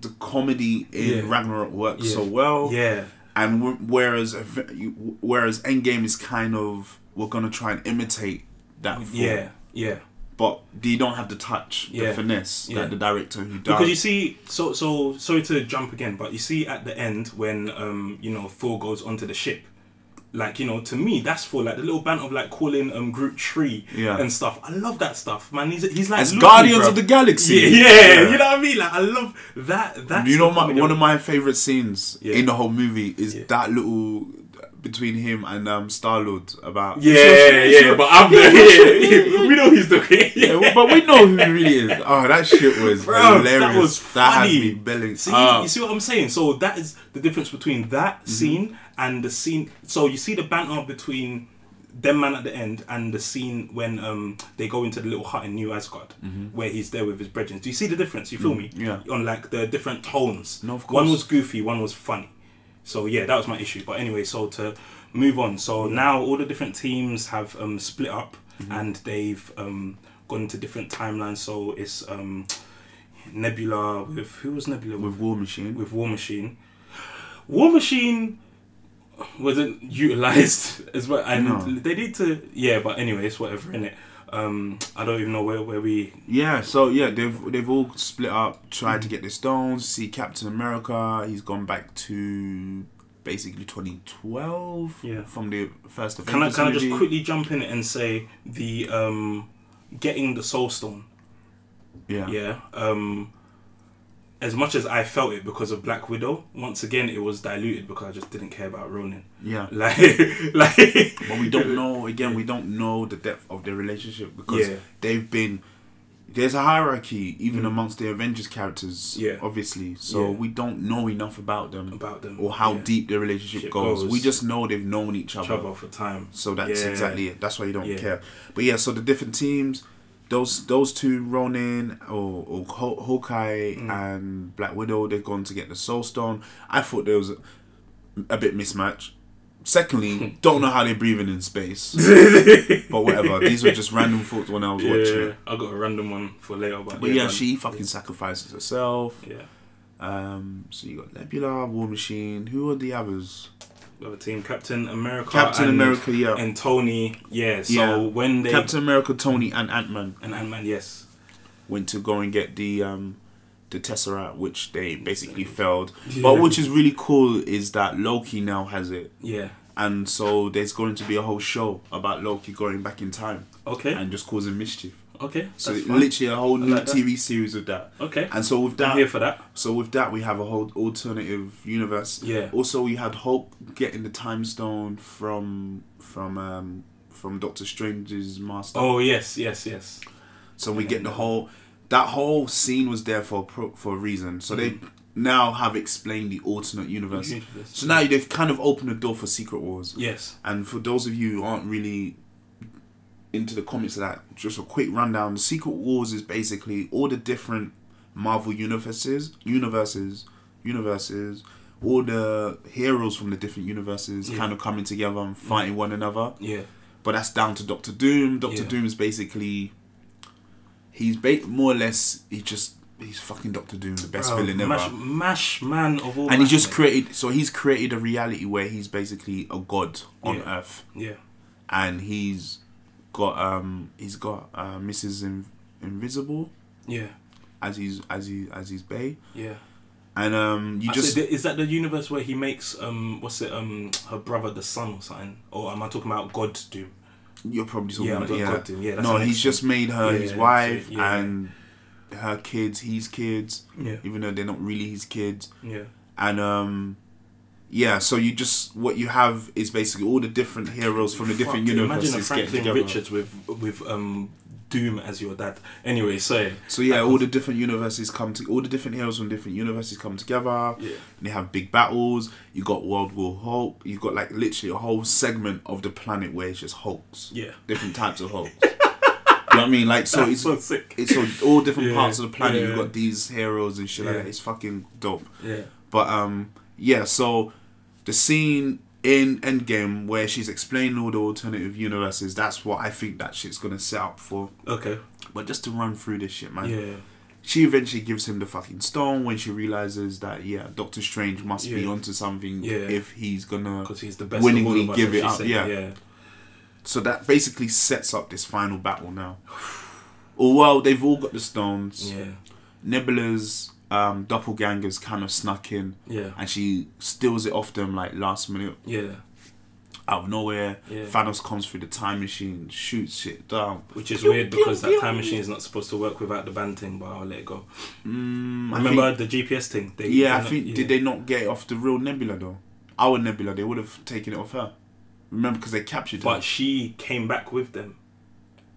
B: the comedy in
C: Yeah.
B: Ragnarok works
C: Yeah.
B: so well.
C: yeah,
B: And wh- whereas ev- you- whereas Endgame is kind of we're gonna try and imitate that. Form,
C: yeah, yeah.
B: But you don't have the touch,
C: Yeah.
B: the finesse
C: Yeah.
B: that the director who does.
C: Because you see, so so sorry to jump again, but you see at the end when um you know Thor goes onto the ship, Like you know, to me, that's for like the little band of like calling um group tree
B: Yeah.
C: and stuff. I love that stuff, man. He's he's like
B: As
C: Luffy,
B: Guardians
C: bruv.
B: of the Galaxy.
C: Yeah, yeah, you know what I mean. Like I love that. That
B: You know, my, one of my favorite scenes
C: Yeah.
B: in the whole movie is
C: Yeah.
B: that little between him and um, Star Lord about.
C: yeah, yeah, but I'm the yeah, yeah, we know he's the
B: Yeah, well, but we know who he really is. Oh, that shit was
C: Bro,
B: hilarious.
C: that was funny.
B: had me belling
C: See,
B: up.
C: you see what I'm saying? So that is the difference between that
B: Mm-hmm.
C: scene and the scene. So you see the banter between them man at the end and the scene when um they go into the little hut in New Asgard where he's there with his brethren. Do you see the difference? You feel me?
B: Mm-hmm. Mm, yeah.
C: On like the different tones.
B: No, of
C: One
B: course.
C: was goofy, one was funny. So yeah, that was my issue. But anyway, so to move on. So now all the different teams have um, split up
B: Mm-hmm.
C: and they've um, gone to different timelines. So it's um, Nebula with who was Nebula with?
B: with War Machine.
C: With War Machine. War Machine wasn't utilized as well. And
B: No.
C: they need to yeah. But anyway, it's whatever in it. Um, I don't even know where where we
B: Yeah, so yeah, they've they've all split up, tried
C: Mm.
B: to get the stones. See Captain America, he's gone back to basically 2012
C: Yeah.
B: from the first Avengers
C: Can I, can I just
B: movie.
C: quickly jump in and say the um, getting the soul stone?
B: yeah.
C: Yeah. Um, as much as I felt it because of Black Widow, once again it was diluted because I just didn't care about Ronan.
B: yeah.
C: Like, like.
B: But we don't know. Again, we don't know the depth of their relationship because
C: Yeah. Mm.
B: they've been. There's a hierarchy even amongst the Avengers characters.
C: Yeah.
B: Obviously, so
C: Yeah.
B: we don't know enough about them.
C: About them,
B: Or how
C: yeah.
B: deep their relationship
C: Shit
B: goes.
C: goes.
B: We just know they've known each other.
C: Trouble for time.
B: So that's
C: Yeah.
B: exactly it. That's why you don't
C: Yeah.
B: care. But yeah, so the different teams, those those two Ronin or, or Ho- Hawkeye
C: Mm.
B: and Black Widow, they've gone to get the Soul Stone. I thought there was a, a bit mismatch. Secondly, don't know how they're breathing in space. but whatever. These were just random thoughts when I was watching
C: Yeah,
B: it.
C: I got a random one for later, but,
B: But yeah,
C: man.
B: she fucking sacrifices herself.
C: Yeah,
B: Um, so you got Nebula, War Machine. Who are the others?
C: the other team, Captain America,
B: Captain
C: and-
B: America, yeah.
C: and Tony. Yeah, so
B: Yeah.
C: when they
B: Captain America, Tony, and Ant Man.
C: and Ant Man, yes,
B: went to go and get the um the Tesseract, which they basically failed. But which is really cool is that Loki now has it,
C: yeah,
B: and so there's going to be a whole show about Loki going back in time
C: okay,
B: and just causing mischief.
C: okay,
B: So
C: that's fine.
B: literally a whole new
C: like that.
B: TV series of that.
C: okay,
B: And so with
C: I'm here
B: that,
C: for that.
B: so with that, we have a whole alternative universe.
C: Yeah.
B: Also, we had Hulk getting the Time Stone from from um from Doctor Strange's master.
C: Oh yes, yes, yes.
B: So we get the whole that whole scene was there for a pro- for a reason. So they now have explained the alternate universe.
C: Mm. Universe.
B: So now they've kind of opened the door for Secret Wars.
C: Yes.
B: And for those of you who aren't really into the comics of that, just a quick rundown. Secret Wars is basically all the different Marvel universes, universes, universes, all the heroes from the different universes
C: Yeah.
B: kind of coming together and fighting one another
C: Yeah.
B: but that's down to Doctor Doom. Doctor
C: Yeah.
B: Doom is basically he's ba- more or less he just he's fucking Doctor Doom, the best
C: Bro,
B: villain ever.
C: Mash, mash man of all.
B: and he
C: mash
B: just
C: men.
B: created so he's created a reality where he's basically a god on
C: Yeah.
B: Earth,
C: Yeah.
B: and he's got um he's got uh, Mrs. In- Invisible
C: Yeah.
B: as he's as he as his bae,
C: Yeah.
B: and um you
C: I
B: just
C: said, is that the universe where he makes um what's it um her brother the son or something? Or am I talking about God Doom?
B: You're probably talking
C: Yeah,
B: about
C: I've
B: yeah.
C: got him. Yeah, that's
B: no,
C: an
B: he's
C: excellent-
B: just made her
C: Yeah,
B: his
C: yeah,
B: wife
C: so, yeah.
B: and her kids, his kids.
C: Yeah.
B: Even though they're not really his kids.
C: Yeah.
B: And um yeah, so you just what you have is basically all the different heroes from the different
C: Fuck,
B: universes
C: Imagine a
B: getting
C: Franklin
B: together.
C: Richards with with um Doom as your dad. Anyway, so
B: So yeah, all the different universes come to all the different heroes from different universes come together.
C: Yeah.
B: And they have big battles. You got World War Hulk. You got like literally a whole segment of the planet where it's just Hulks.
C: Yeah.
B: Different types of Hulks. you know what I mean? Like so it's
C: so sick.
B: it's on all different
C: Yeah,
B: parts of the planet.
C: yeah.
B: You've got these heroes and shit
C: Yeah.
B: like that. It's fucking dope.
C: yeah.
B: But um, yeah. So the scene in Endgame where she's explaining all the alternative universes. That's what I think that shit's gonna set up for.
C: Okay.
B: But just to run through this shit, man.
C: Yeah.
B: She eventually gives him the fucking stone when she realizes that yeah, Doctor Strange must be
C: Yeah.
B: onto something
C: Yeah.
B: if he's gonna.
C: Because he's the best.
B: Willingly
C: of all of us,
B: give
C: as
B: it
C: she
B: up,
C: said.
B: yeah.
C: Yeah.
B: So that basically sets up this final battle now. Or well, they've all got the stones.
C: Yeah.
B: Nebula's um, doppelgangers kind of snuck in.
C: Yeah.
B: and she steals it off them like last minute.
C: Yeah.
B: out of nowhere.
C: Yeah.
B: Thanos comes through the time machine, shoots shit down.
C: Which is
B: Pew,
C: weird
B: pew,
C: because that
B: pew.
C: time machine is not supposed to work without the band thing, but I'll let it go.
B: Mm, I
C: Remember
B: think-
C: the GPS thing? They,
B: yeah, I
C: they're
B: think
C: not-
B: did
C: yeah.
B: they not get it off the real Nebula though? Our Nebula, they would have taken it off her. Remember, because they captured her.
C: But she came back with them,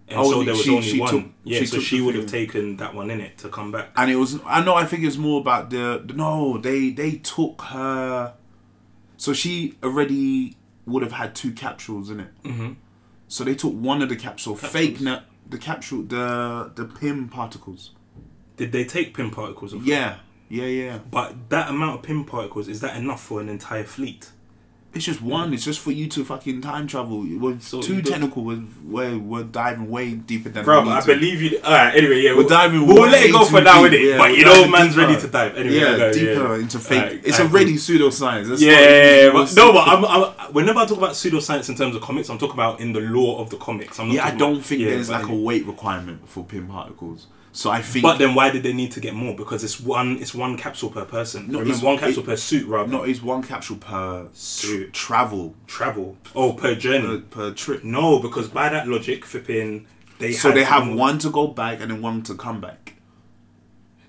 C: and
B: Oh,
C: so there was
B: she-
C: only
B: she
C: one.
B: took-
C: yeah,
B: she
C: so
B: took
C: she
B: the
C: would have
B: thing.
C: taken that one in it to come back.
B: and it was I know I think it's more about the, the no they they took her so she already would have had two capsules in it mm-hmm. so they took one of the capsule fake na- the capsule the the pim particles
C: Did they take pin particles? Off?
B: yeah yeah yeah
C: But that amount of pin particles is that enough for an entire fleet?
B: it's just one it's just for you to fucking time travel we're
C: So
B: too
C: you don't-
B: technical we're, we're, we're diving way deeper than
C: Bro,
B: we need
C: I
B: to.
C: believe you. All right, anyway, yeah, we'll,
B: diving
C: We'll let
B: way
C: it go for
B: too
C: now,
B: deep,
C: innit?
B: yeah,
C: but
B: we're
C: you know,
B: diving
C: man's
B: deeper.
C: ready to dive. Anyway,
B: yeah,
C: go,
B: deeper into fake.
C: Alright,
B: it's
C: alright,
B: already
C: cool.
B: pseudoscience. That's
C: Yeah,
B: not-
C: but, no, but I'm, I'm, we're never talking about pseudoscience in terms of comics. I'm talking about in the law of the comics. I'm not
B: Yeah, I
C: talking
B: don't
C: about-
B: think
C: yeah,
B: there's
C: but-
B: like a weight requirement for pin particles. So I think
C: But then why did they need to get more? Because it's one, it's one capsule per person. No,
B: it's-
C: it's one capsule
B: it-
C: per suit rather.
B: not is one capsule per tr-
C: Suit.
B: travel
C: travel. Oh,
B: per,
C: per journey.
B: per trip.
C: No, because by that logic, flipping they
B: So
C: had
B: they have
C: more-
B: one to go back and then one to come back.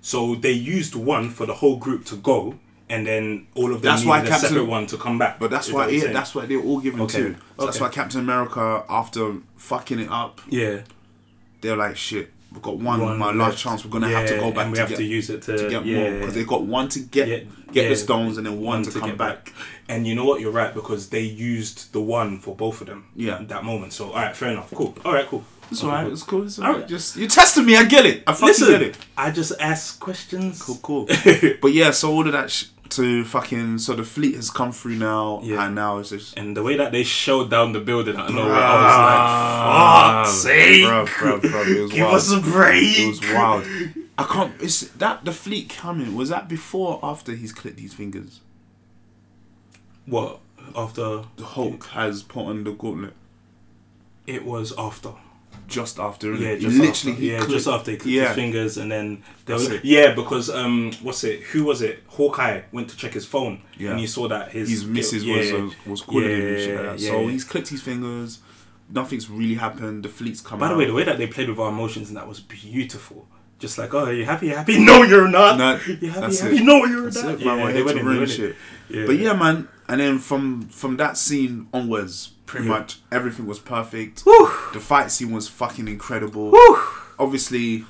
C: So they used one for the whole group to go, and then all of them
B: That's why
C: needed a
B: Captain-
C: separate one to come back.
B: But that's
C: is
B: why
C: what you're
B: yeah,
C: saying.
B: that's why they're all given
C: Okay.
B: two. So That's
C: Okay.
B: why Captain America, after fucking it up,
C: yeah.
B: they're like, shit, we've got one,
C: One
B: my
C: left.
B: last chance. We're gonna have to
C: Yeah,
B: go back
C: and we
B: to,
C: have
B: get,
C: to use it to,
B: to get
C: yeah,
B: more because they got one to get
C: Yeah,
B: get
C: yeah.
B: the stones and then one, to, come back.
C: And you know what? You're right because they used the one for both of them.
B: Yeah.
C: That moment. So all right, fair enough. Cool. All right, cool.
B: It's
C: Okay,
B: alright.
C: cool.
B: It's cool. It's
C: Alright.
B: alright. Just you're testing me. I get it. I fucking get
C: Listen,
B: it.
C: I just ask questions. Cool,
B: cool. But yeah, so all of that sh- to fucking so the fleet has come through now,
C: Yeah.
B: and now it's just
C: and the way that they showed down the building out of nowhere,
B: Ah,
C: I was like, "Fuck sake,
B: Bruv, bruv, bruv, it was
C: give
B: wild.
C: us a break."
B: It was wild. I can't. It's that the fleet coming was that before or after he's clipped his fingers.
C: What? After
B: The Hulk has put on the gauntlet
C: it was after.
B: just after. innit?
C: Yeah,
B: He
C: just
B: literally.
C: after.
B: he
C: yeah,
B: clipped-
C: just after he clipped
B: yeah.
C: his fingers, and then there
B: That's
C: was,
B: it.
C: yeah, because um, what's it? Who was it? Hawkeye went to check his phone,
B: Yeah.
C: and he saw that his
B: His missus
C: yeah,
B: was uh, was calling him and shit like
C: yeah,
B: that.
C: yeah,
B: so
C: yeah.
B: he's clipped his fingers. Nothing's really happened. The fleet's come.
C: By the
B: out.
C: way, the way that they played with our emotions and that was beautiful. Just like, oh, you happy? You happy? No, you're not.
B: No,
C: you happy?
B: that's
C: you happy?
B: it.
C: No, you're
B: That's
C: not.
B: it, man. We're here
C: they
B: to
C: went in, they
B: ruin
C: went in.
B: shit.
C: Yeah.
B: But yeah, man. And then from from that scene onwards, pretty
C: Yeah.
B: much everything was perfect.
C: Whew.
B: The fight scene was fucking incredible.
C: Whew.
B: Obviously,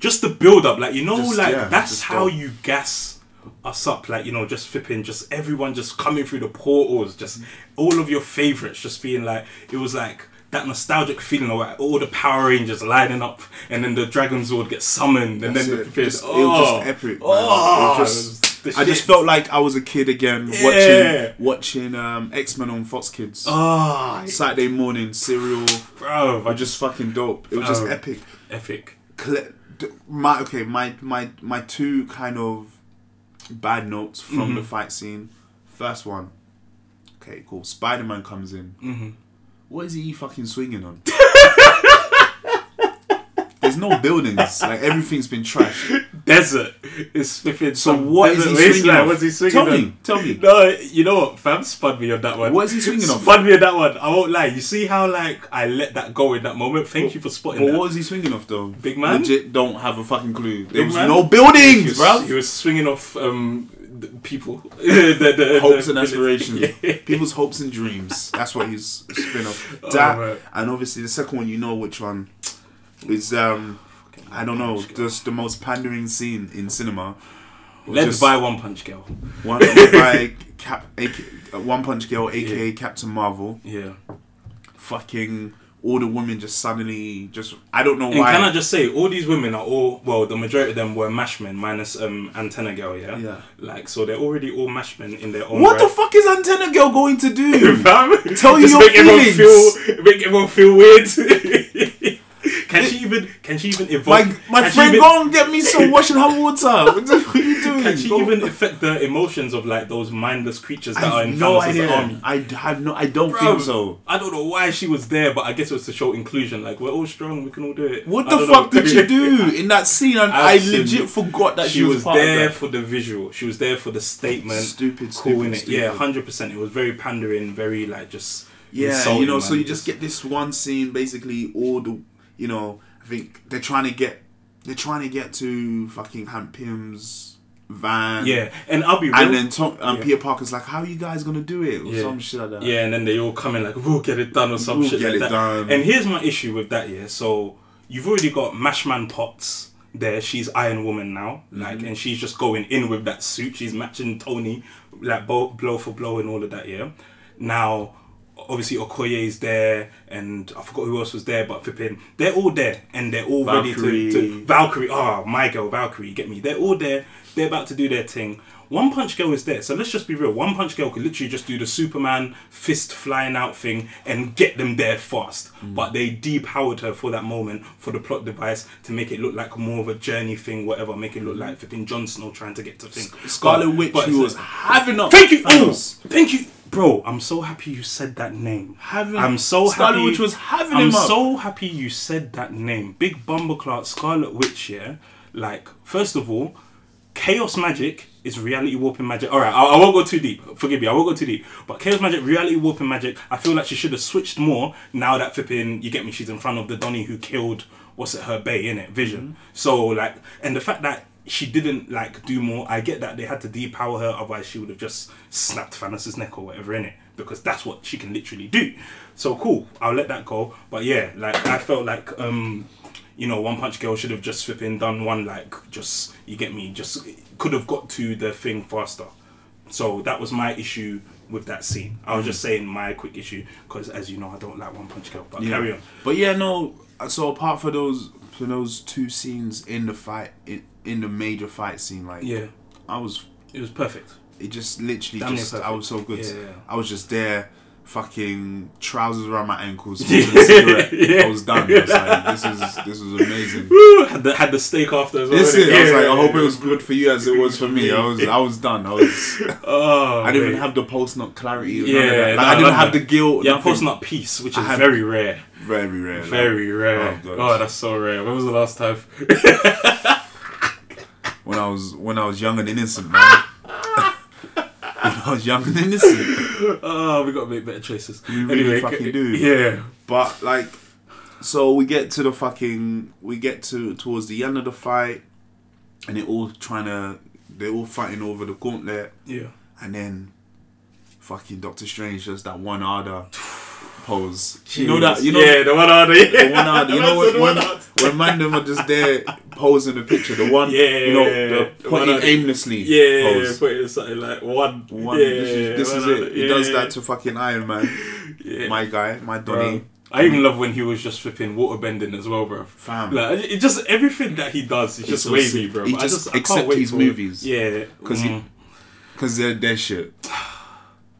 C: just the build up, like you know,
B: Just-
C: like
B: yeah,
C: that's
B: just
C: how
B: dope.
C: you gas us up, like you know, just flipping, just everyone just coming through the portals, just all of your favorites, just being like it was like that nostalgic feeling of like all the Power Rangers lining up, and then the Dragon Zord gets summoned, and
B: that's
C: then
B: it.
C: the flipping-
B: Just-
C: oh,
B: it was just epic. Man.
C: Oh,
B: It was just-
C: the
B: I just
C: shit.
B: felt like I was a kid again,
C: Yeah.
B: watching watching um, X Men on Fox Kids
C: oh,
B: Saturday morning serial.
C: bro, I
B: I
C: just
B: just fucking dope. It was just
C: Bro.
B: epic.
C: epic.
B: cle- d- my okay my my my two kind of bad notes from
C: Mm-hmm.
B: the fight scene first one okay cool spider-man comes in mm-hmm. is he fucking swinging on there's no buildings like everything's been trashed
C: Desert is flipping.
B: So
C: some
B: what is he
C: desert
B: swinging
C: wasteland.
B: off?
C: What's he swinging
B: Tell me,
C: on?
B: tell me.
C: No, you know what, fam? Spun me on that one.
B: What is he swinging off?
C: Spun me on that one. I won't lie. You see how like I let that go in that moment. Thank you for spotting
B: but
C: that.
B: what is he swinging off though
C: Big man?
B: legit don't have a fucking clue there
C: Big
B: was
C: man?
B: no
C: he
B: buildings
C: was,
B: bro
C: he was swinging off um the people. the, the, the,
B: hopes and
C: the-
B: aspirations,
C: Yeah.
B: people's hopes and dreams. That's what he's spin off.
C: Oh,
B: That
C: right.
B: and obviously the second one, you know which one is um I don't know, just the most pandering scene in cinema.
C: Led
B: Just
C: by One Punch Girl.
B: one by Cap, AK, uh, One Punch Girl, aka Captain Marvel.
C: Yeah.
B: Fucking all the women just suddenly just I don't know
C: And
B: why.
C: can I just say, all these women are all well, the majority of them were mashmen, minus um antenna girl, yeah.
B: Yeah.
C: Like so, they're already all mashmen in their own.
B: what the
C: right.
B: fuck is Antenna Girl going to do?
C: fam.
B: Tell you
C: Just
B: your
C: make everyone
B: feelings.
C: feel make everyone feel weird. can she even can she even evolve
B: My, my
C: can she
B: friend,
C: even-
B: go and get me some washing her water. What are you doing? doing?
C: Can she
B: Go-
C: even affect the emotions of like those mindless creatures
B: I
C: that are
B: have
C: in
B: no
C: Thanos'
B: idea.
C: army?
B: I d- have no. I don't
C: Bro,
B: think so.
C: I don't know why she was there, but I guess it was to show inclusion. Like we're all strong, we can all do it.
B: What
C: I
B: the
C: don't
B: fuck
C: know.
B: did she do in that scene? I, I
C: Absolute-
B: legit forgot that
C: she, was,
B: part
C: there
B: Of that.
C: for the visual. She was there for the statement.
B: Stupid, stupid,
C: calling it. Yeah,
B: stupid.
C: hundred percent. It was very pandering, very like just.
B: Yeah,
C: insulting,
B: you know. So
C: man.
B: you just get this one scene, basically all the, you know, I think they're trying to get, they're trying to get to fucking Hank Pym's van.
C: Yeah, and I'll be real.
B: And then Tom, um,
C: Yeah.
B: Peter Parker's like, "How are you guys gonna do it?" Or
C: Yeah.
B: some shit like that.
C: Yeah, and then they all come in like, we'll get it done or some
B: We'll
C: shit
B: get
C: like
B: it
C: that.
B: done.
C: And here's my issue with that, yeah. So you've already got Mashman Potts there. She's Iron Woman now, like,
B: Mm-hmm.
C: and she's just going in with that suit. She's matching Tony, like, blow, blow for blow and all of that, yeah. Now, obviously Okoye is there, and I forgot who else was there, but Flippin, they're all there, and they're all ready to, to
B: Valkyrie.
C: Valkyrie. Ah, my girl, Valkyrie, get me. They're all there. They're about to do their thing. One Punch Girl is there. So let's just be real. One Punch Girl could literally just do the Superman fist flying out thing and get them there fast.
B: Mm.
C: But they depowered her for that moment for the plot device to make it look like more of a journey thing, whatever. Make it look like flipping Jon Snow trying to get to thing.
B: Scarlet
C: But-
B: Witch,
C: but
B: who
C: it's-
B: was having up.
C: Thank you. Oh,
B: Thanos.
C: thank you, bro. I'm so happy you said that name.
B: Having-
C: I'm so
B: Scarlet
C: happy.
B: Witch was having
C: I'm
B: him up.
C: so happy you said that name. Big Bumbleclark, Scarlet Witch. Yeah. Like, first of all, chaos magic is reality warping magic. All right, I, I won't go too deep. Forgive me, I won't go too deep. But chaos magic, reality warping magic. I feel like she should have switched more. Now that flipping, you get me. She's in front of the Donnie who killed what's it her bay in it vision. So like, and the fact that she didn't like do more. I get that they had to depower her, otherwise she would have just snapped Thanos' neck or whatever in it because that's what she can literally do. So cool, I'll let that go. But yeah, like I felt like um you know, One Punch Girl should have just flipping done one like just you get me, just could have got to the thing faster. So that was my issue with that scene. I was just saying my quick issue because, as you know, I don't like One Punch Girl. But
B: Yeah.
C: carry on.
B: But yeah, no. So apart for those for those two scenes in the fight in, in the major fight scene, like
C: Yeah,
B: I was
C: it was perfect.
B: it just literally
C: Damn near
B: just
C: perfect.
B: I was so good.
C: Yeah, yeah.
B: I was just there, fucking trousers around my ankles,
C: Yeah.
B: smoking a cigarette.
C: Yeah.
B: I was done. I was like, this is this was amazing.
C: Woo! Had the had the steak after as well.
B: This is.
C: innit?
B: I was
C: Yeah,
B: like,
C: yeah,
B: I hope
C: yeah.
B: it was good for you as it was for me. I was I was done. I was.
C: Oh,
B: I didn't even
C: mate.
B: have the post not clarity.
C: Yeah,
B: Yeah, that. Like,
C: no,
B: I
C: I love
B: didn't have
C: that.
B: the guilt.
C: Yeah,
B: nothing.
C: post not peace, which is
B: had-
C: very rare.
B: Very rare. like,
C: Very rare.
B: Oh, God.
C: oh, that's so rare. When was the last time?
B: when I was when I was young and innocent, man. when I was young and innocent.
C: oh, we got to make better choices. We
B: really fucking do.
C: Yeah.
B: But like, so we get to the fucking we get to towards the end of the fight, and they're all trying to they're all fighting over the gauntlet,
C: Yeah.
B: and then fucking Doctor Strange does that one arda pose. You know that you know
C: yeah, the one out there.
B: The one out, you know when when, when man them are just there posing the picture, the one
C: Yeah,
B: you know the,
C: the one
B: pointing
C: out-
B: aimlessly
C: yeah,
B: pose.
C: put it something like one.
B: One,
C: yeah,
B: this is, this
C: one
B: is
C: out
B: it.
C: there.
B: He
C: Yeah,
B: does
C: yeah,
B: that to fucking Iron Man,
C: yeah.
B: my guy, my Donnie.
C: Bro. I even love when he was just flipping waterbending as well, bro.
B: Fam.
C: Like, it just everything that he does is just
B: so
C: wavy,
B: sick.
C: bro.
B: He
C: I
B: just
C: just I can't
B: accept
C: wait
B: his
C: for-
B: movies.
C: Yeah,
B: Because
C: Mm.
B: because they're their shit.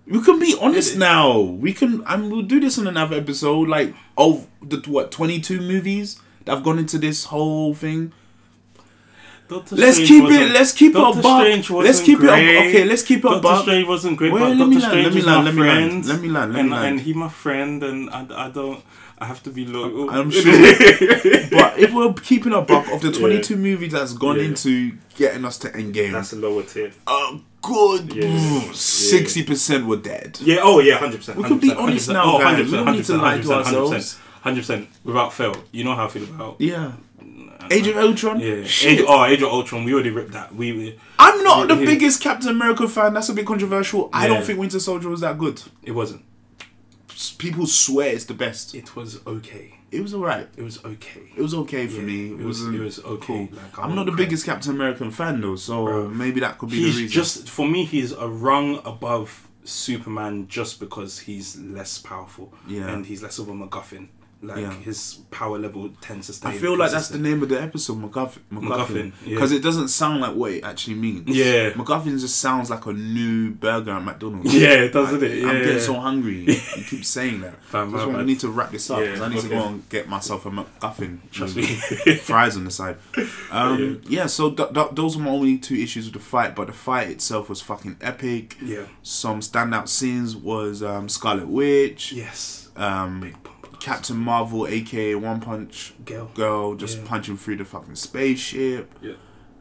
B: We can be honest now. We can, and we'll do this on another episode. Like, of the what twenty two movies that have gone into this whole thing.
C: Doctor
B: Let's
C: Strange
B: keep it.
C: wasn't-
B: Let's keep it
C: Doctor
B: a buck. Let's
C: Strange wasn't
B: keep it.
C: great.
B: A, okay, let's keep it a
C: Doctor
B: buck.
C: Strange wasn't great,
B: Wait,
C: but
B: let
C: Doctor
B: me land,
C: Strange
B: let me
C: is
B: land,
C: my
B: let me land,
C: friend.
B: let me land, let me
C: and,
B: land.
C: and he my friend, and I, I don't. I have to be loyal.
B: I'm sure. but if we're keeping a buck of the twenty two movies that's gone
C: Yeah.
B: into getting us to Endgame,
C: That's a lower tier.
B: a good
C: Yeah. Yeah.
B: sixty percent were dead.
C: Yeah, oh yeah, 100%.
B: We can be honest now,
C: Oh,
B: guys. We don't need to lie to ourselves.
C: 100%, without fail. You know how I feel about.
B: Yeah. Age of Ultron.
C: Yeah.
B: Shit.
C: Age, oh, Age of Ultron, we already ripped that. We, we-
B: I'm not the
C: Yeah.
B: biggest Captain America fan. That's a bit controversial. I
C: Yeah.
B: don't think Winter Soldier was that good.
C: It wasn't.
B: S- People swear it's the best.
C: It was okay.
B: It was alright.
C: It was okay.
B: It was okay for
C: Yeah,
B: me.
C: it was-
B: wasn't
C: it was okay.
B: cool.
C: Like, I
B: I'm not the
C: wouldn't
B: biggest Captain American fan though, so
C: Bro.
B: maybe that could be the
C: He's
B: reason.
C: just, for me, he's a rung above Superman just because he's less powerful.
B: Yeah.
C: And he's less of a MacGuffin. Like
B: Yeah.
C: his power level tends to stay.
B: I feel like that's the name of the episode, MacGuff- MacGuffin.
C: MacGuffin, yeah.
B: Because it doesn't sound like what it actually means.
C: Yeah.
B: MacGuffin just sounds like a new burger at McDonald's.
C: Yeah, doesn't
B: Like,
C: it?
B: I'm
C: Yeah.
B: getting so hungry. you keep saying that.
C: Fam,
B: that's
C: my
B: why I
C: bad.
B: need to wrap this up.
C: Yeah,
B: 'cause I need to go
C: okay.
B: and get myself a MacGuffin.
C: Trust
B: with
C: me.
B: fries on the side. Um, yeah. so th- th- those were my only two issues with the fight. But the fight itself was fucking epic.
C: Yeah.
B: Some standout scenes was um, Scarlet Witch.
C: Yes.
B: Um, Captain Marvel, aka One Punch
C: Girl.
B: Girl, just
C: Yeah.
B: punching through the fucking spaceship.
C: Yeah.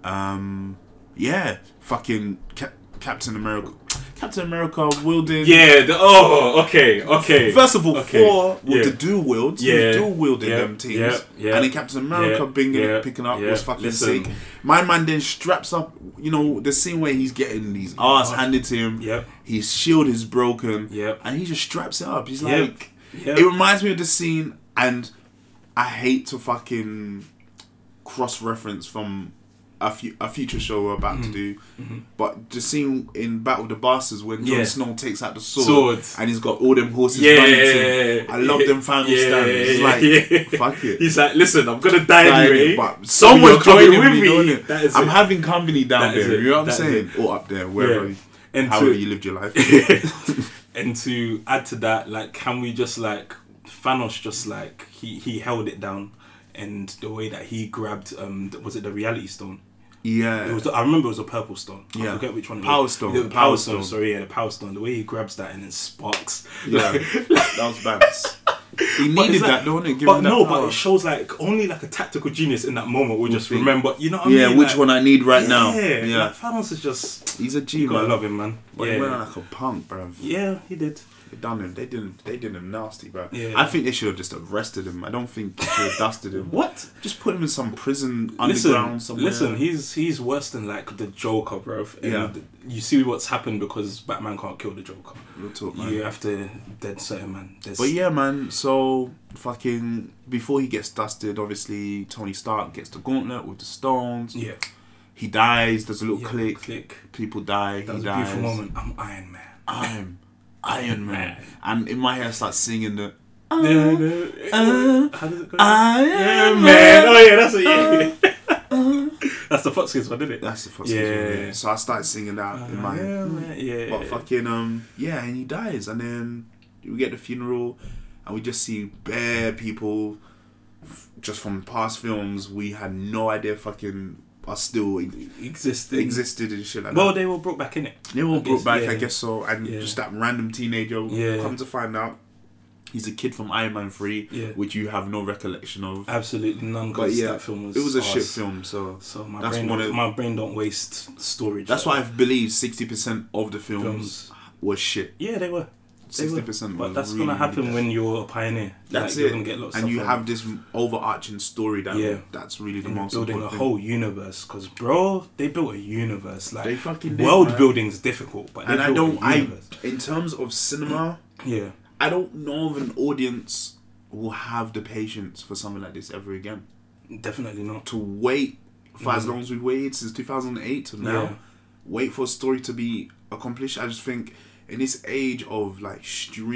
B: Um, yeah, fucking Cap- Captain America. Captain America wielding.
C: Yeah. The, oh. Okay. Okay.
B: First of all,
C: okay.
B: four with
C: yeah.
B: the dual wields, yeah.
C: Yeah.
B: dual wielding
C: Yeah.
B: them teams,
C: Yeah. Yeah.
B: and then Captain America
C: Yeah.
B: bringing
C: Yeah.
B: it, picking up
C: Yeah.
B: was fucking
C: Listen.
B: sick. My man then straps up, you know, the scene where he's getting these
C: Oh,
B: ass handed to him.
C: Yep.
B: His shield is broken.
C: Yep.
B: And he just straps it up. He's
C: Yep.
B: like,
C: Yep.
B: it reminds me of the scene, and I hate to fucking cross reference from a, fu- a future show we're about to
C: Mm-hmm.
B: do, but the scene in Battle of the Bastards when Jon
C: Yeah.
B: Snow takes out the sword,
C: Sword.
B: and he's got all them horses
C: Yeah.
B: running to him. I love them final
C: Yeah.
B: stands. It's like, fuck it.
C: He's like, listen, I'm gonna die
B: Like,
C: anyway.
B: but
C: Someone's
B: you're
C: coming
B: joining
C: with me.
B: don't you?
C: That is
B: I'm
C: it.
B: having company down
C: That is
B: there.
C: it.
B: You know what I'm
C: That
B: saying?
C: is
B: Or up there,
C: Yeah.
B: wherever, you
C: And
B: however
C: to-
B: you lived your life.
C: and to add to that, like, can we just like Thanos? Just like he he held it down, and the way that he grabbed um th- was it the Reality Stone? It
B: yeah,
C: was the, I remember it was a purple stone.
B: Yeah.
C: I forget which one. It
B: Power
C: was.
B: Stone.
C: The, the
B: Power
C: power, stone.
B: Stone.
C: Sorry, yeah, the power stone. The way he grabs that and then sparks.
B: yeah, that was bad. He
C: But
B: needed
C: it's like-
B: that, don't it? Give
C: But
B: him that
C: no,
B: power.
C: but it shows like only like a tactical genius in that moment will just
B: think-
C: remember. You know what I
B: Yeah,
C: mean?
B: which
C: Like,
B: one I need right now.
C: Yeah,
B: Yeah,
C: Like, Thanos is just.
B: he's a G
C: You gotta
B: man.
C: love him, man.
B: But he went
C: yeah.
B: out like a punk, bruv.
C: yeah, he did.
B: They done him. They didn't. They did him nasty, bruv.
C: Yeah.
B: I think they should have just arrested him. I don't think they should have dusted him.
C: What?
B: Just put him in some prison underground
C: Listen,
B: somewhere.
C: listen, he's he's worse than like the Joker, bro. And
B: Yeah.
C: you see what's happened because Batman can't kill the Joker.
B: Real talk, man.
C: You have to dead set him, man. There's,
B: But yeah, man. So fucking before he gets dusted, obviously Tony Stark gets the gauntlet with the stones.
C: yeah,
B: He dies. There's a little
C: yeah,
B: click.
C: click.
B: People die.
C: That
B: he
C: was a
B: dies.
C: beautiful moment. I'm Iron Man.
B: I'm Iron Man,
C: Man.
B: and in my head I start singing the.
C: Uh, How does it go?
B: Iron
C: Iron
B: Man.
C: Man. Oh yeah, that's it. Yeah. that's the Fox kids one, isn't it?
B: That's the first
C: Yeah.
B: one, yeah. So I started singing that in my head.
C: Iron Man, yeah.
B: But fucking um yeah, and he dies, and then we get the funeral, and we just see bare people, f- just from past films we had no idea fucking are still e-
C: existing.
B: existed and shit like
C: Well,
B: that.
C: they were brought back in it.
B: They were all
C: I
B: brought
C: guess,
B: back,
C: yeah.
B: I guess so, and
C: Yeah.
B: just that random teenager.
C: Yeah.
B: Come to find out, he's a kid from Iron Man Three,
C: Yeah.
B: which you have no recollection of.
C: Absolutely none.
B: But
C: Because
B: yeah,
C: that film was
B: it was a shit
C: arse.
B: film, so.
C: So my
B: That's
C: brain,
B: one of-
C: my brain don't waste storage.
B: That's why I believe sixty percent of the films,
C: Films.
B: was shit.
C: Yeah, they were. They were.
B: 60%
C: But
B: were
C: that's
B: really,
C: gonna happen
B: really
C: when you're a pioneer.
B: That's
C: Like, You're
B: it.
C: gonna get lots
B: and
C: of
B: you
C: stuff
B: have this overarching story that
C: Yeah.
B: that's really the
C: and you're
B: most
C: building a
B: important
C: whole universe because bro they built a universe like
B: They fucking did,
C: world
B: man.
C: building's difficult but
B: thing. And I don't. I
C: universe.
B: in terms of cinema,
C: yeah
B: I don't know if an audience will have the patience for something like this ever again.
C: definitely not
B: To wait for as long as we waited since two thousand eight to now,
C: Mm-hmm. Yeah.
B: wait for a story to be accomplished. I just think in this age of like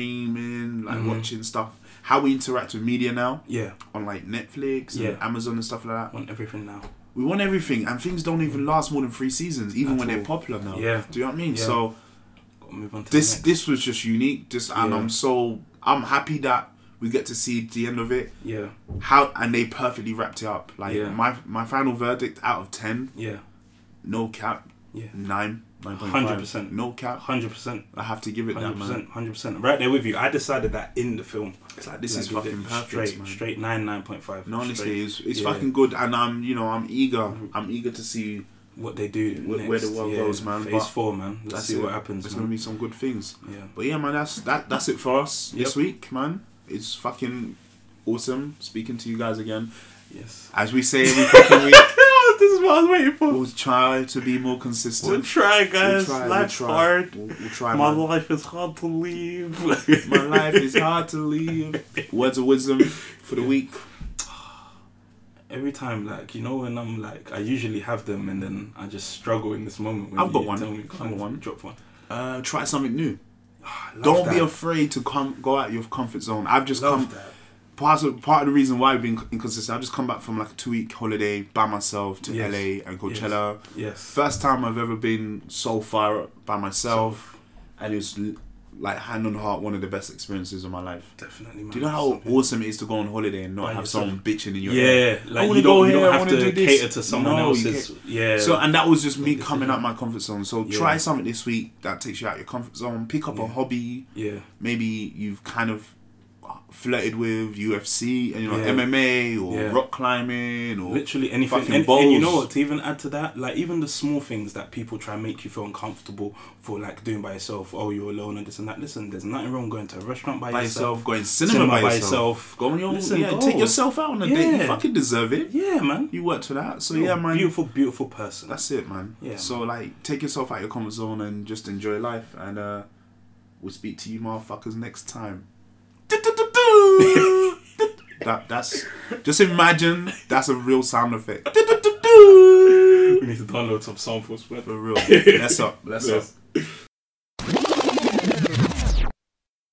B: streaming,
C: Mm-hmm.
B: like watching stuff, how we interact with media now
C: yeah
B: on like Netflix and
C: Yeah.
B: Amazon and stuff like that.
C: I want everything now
B: We want everything, and things don't even last more than three seasons, even
C: At
B: when they're
C: all.
B: popular now.
C: Yeah.
B: Do you know what I mean?
C: Yeah.
B: So
C: gotta move on to
B: this
C: the next.
B: this was just unique. Just and
C: Yeah.
B: I'm so I'm happy that we get to see the end of it.
C: yeah
B: How and they perfectly wrapped it up. Like
C: Yeah.
B: my my final verdict out of ten,
C: yeah
B: no cap,
C: yeah
B: nine. 9.5.
C: 100%.
B: No cap.
C: 100%
B: I have to give it that, man.
C: 100% 100% right there with you I decided that in the film
B: It's like, this
C: Like,
B: is
C: we did
B: fucking perfect,
C: straight
B: man.
C: straight 9 9.5
B: No, honestly,
C: straight.
B: it's, it's
C: Yeah. Mm-hmm.
B: fucking good, and I'm, you know, I'm eager. I'm eager to see.
C: what they do
B: Where-
C: next.
B: where the world
C: yeah.
B: goes, man,
C: phase
B: but
C: 4 man let's
B: That's
C: see
B: it.
C: what happens
B: There's
C: man.
B: gonna be some good things.
C: yeah
B: But yeah, man, that's that. That's it for us this
C: Yep.
B: week, man. It's fucking awesome speaking to you guys again.
C: yes
B: As we say every fucking week,
C: this is what I was waiting for
B: we'll try to be more
C: We'll
B: consistent.
C: try,
B: We'll
C: guys.
B: try, we'll
C: Life's
B: try.
C: hard.
B: We'll, we'll try.
C: My
B: man.
C: life is hard to leave.
B: My life is hard to leave. Words of wisdom for the week.
C: Every time, like you know, when I'm like, I usually have them, and then I just struggle in this moment. When
B: I've got
C: you
B: one.
C: Tell me,
B: I've got
C: come on,
B: one.
C: Drop one.
B: Uh, try something new.
C: Ah, I love
B: Don't be
C: that.
B: afraid to come go out your comfort zone. I've just
C: Love
B: come.
C: that.
B: part of part of the reason why I've been inconsistent. I've just come back from like a two week holiday by myself to
C: Yes.
B: LA and Coachella.
C: Yes.
B: First time I've ever been so far by myself, and it was l- like hand on heart one of the best experiences of my life.
C: Definitely, man.
B: Do you know how
C: Something-
B: awesome it is to go on holiday and not
C: By
B: have
C: yourself.
B: someone bitching in your
C: Yeah,
B: ear? I
C: like
B: wanna
C: you
B: go
C: don't, you
B: here,
C: don't
B: I
C: have
B: wanna
C: to
B: do this.
C: cater to someone
B: No, you
C: else's.
B: can't.
C: Yeah.
B: So and that was just me
C: Something
B: coming
C: different.
B: out my comfort zone. So
C: Yeah.
B: try something this week that takes you out your comfort zone. Pick up a hobby.
C: yeah.
B: Maybe you've kind of uh, flirted with UFC and you know
C: Yeah.
B: MMA or
C: Yeah.
B: rock climbing or
C: Literally anything.
B: fucking
C: And, and you know
B: bowls.
C: what? To even add to that, like even the small things that people try and make you feel uncomfortable for, like doing by yourself. Oh, you're alone and this and that. Listen, there's nothing wrong going to a restaurant by,
B: by yourself,
C: yourself.
B: going cinema, by, yourself. Go on your
C: Listen,
B: yeah,
C: go.
B: take yourself out on a date. You
C: Yeah.
B: fucking deserve it.
C: Yeah, man.
B: You worked for that. So
C: You're
B: yeah,
C: a
B: man.
C: Beautiful, beautiful person.
B: That's it, man.
C: Yeah,
B: So like, take yourself out your comfort zone and just enjoy life. And uh, we'll speak to you, motherfuckers, next time. that that's just imagine that's a real sound effect.
C: we need to download some samples.
B: For real. That's up. That's up.
C: Yes.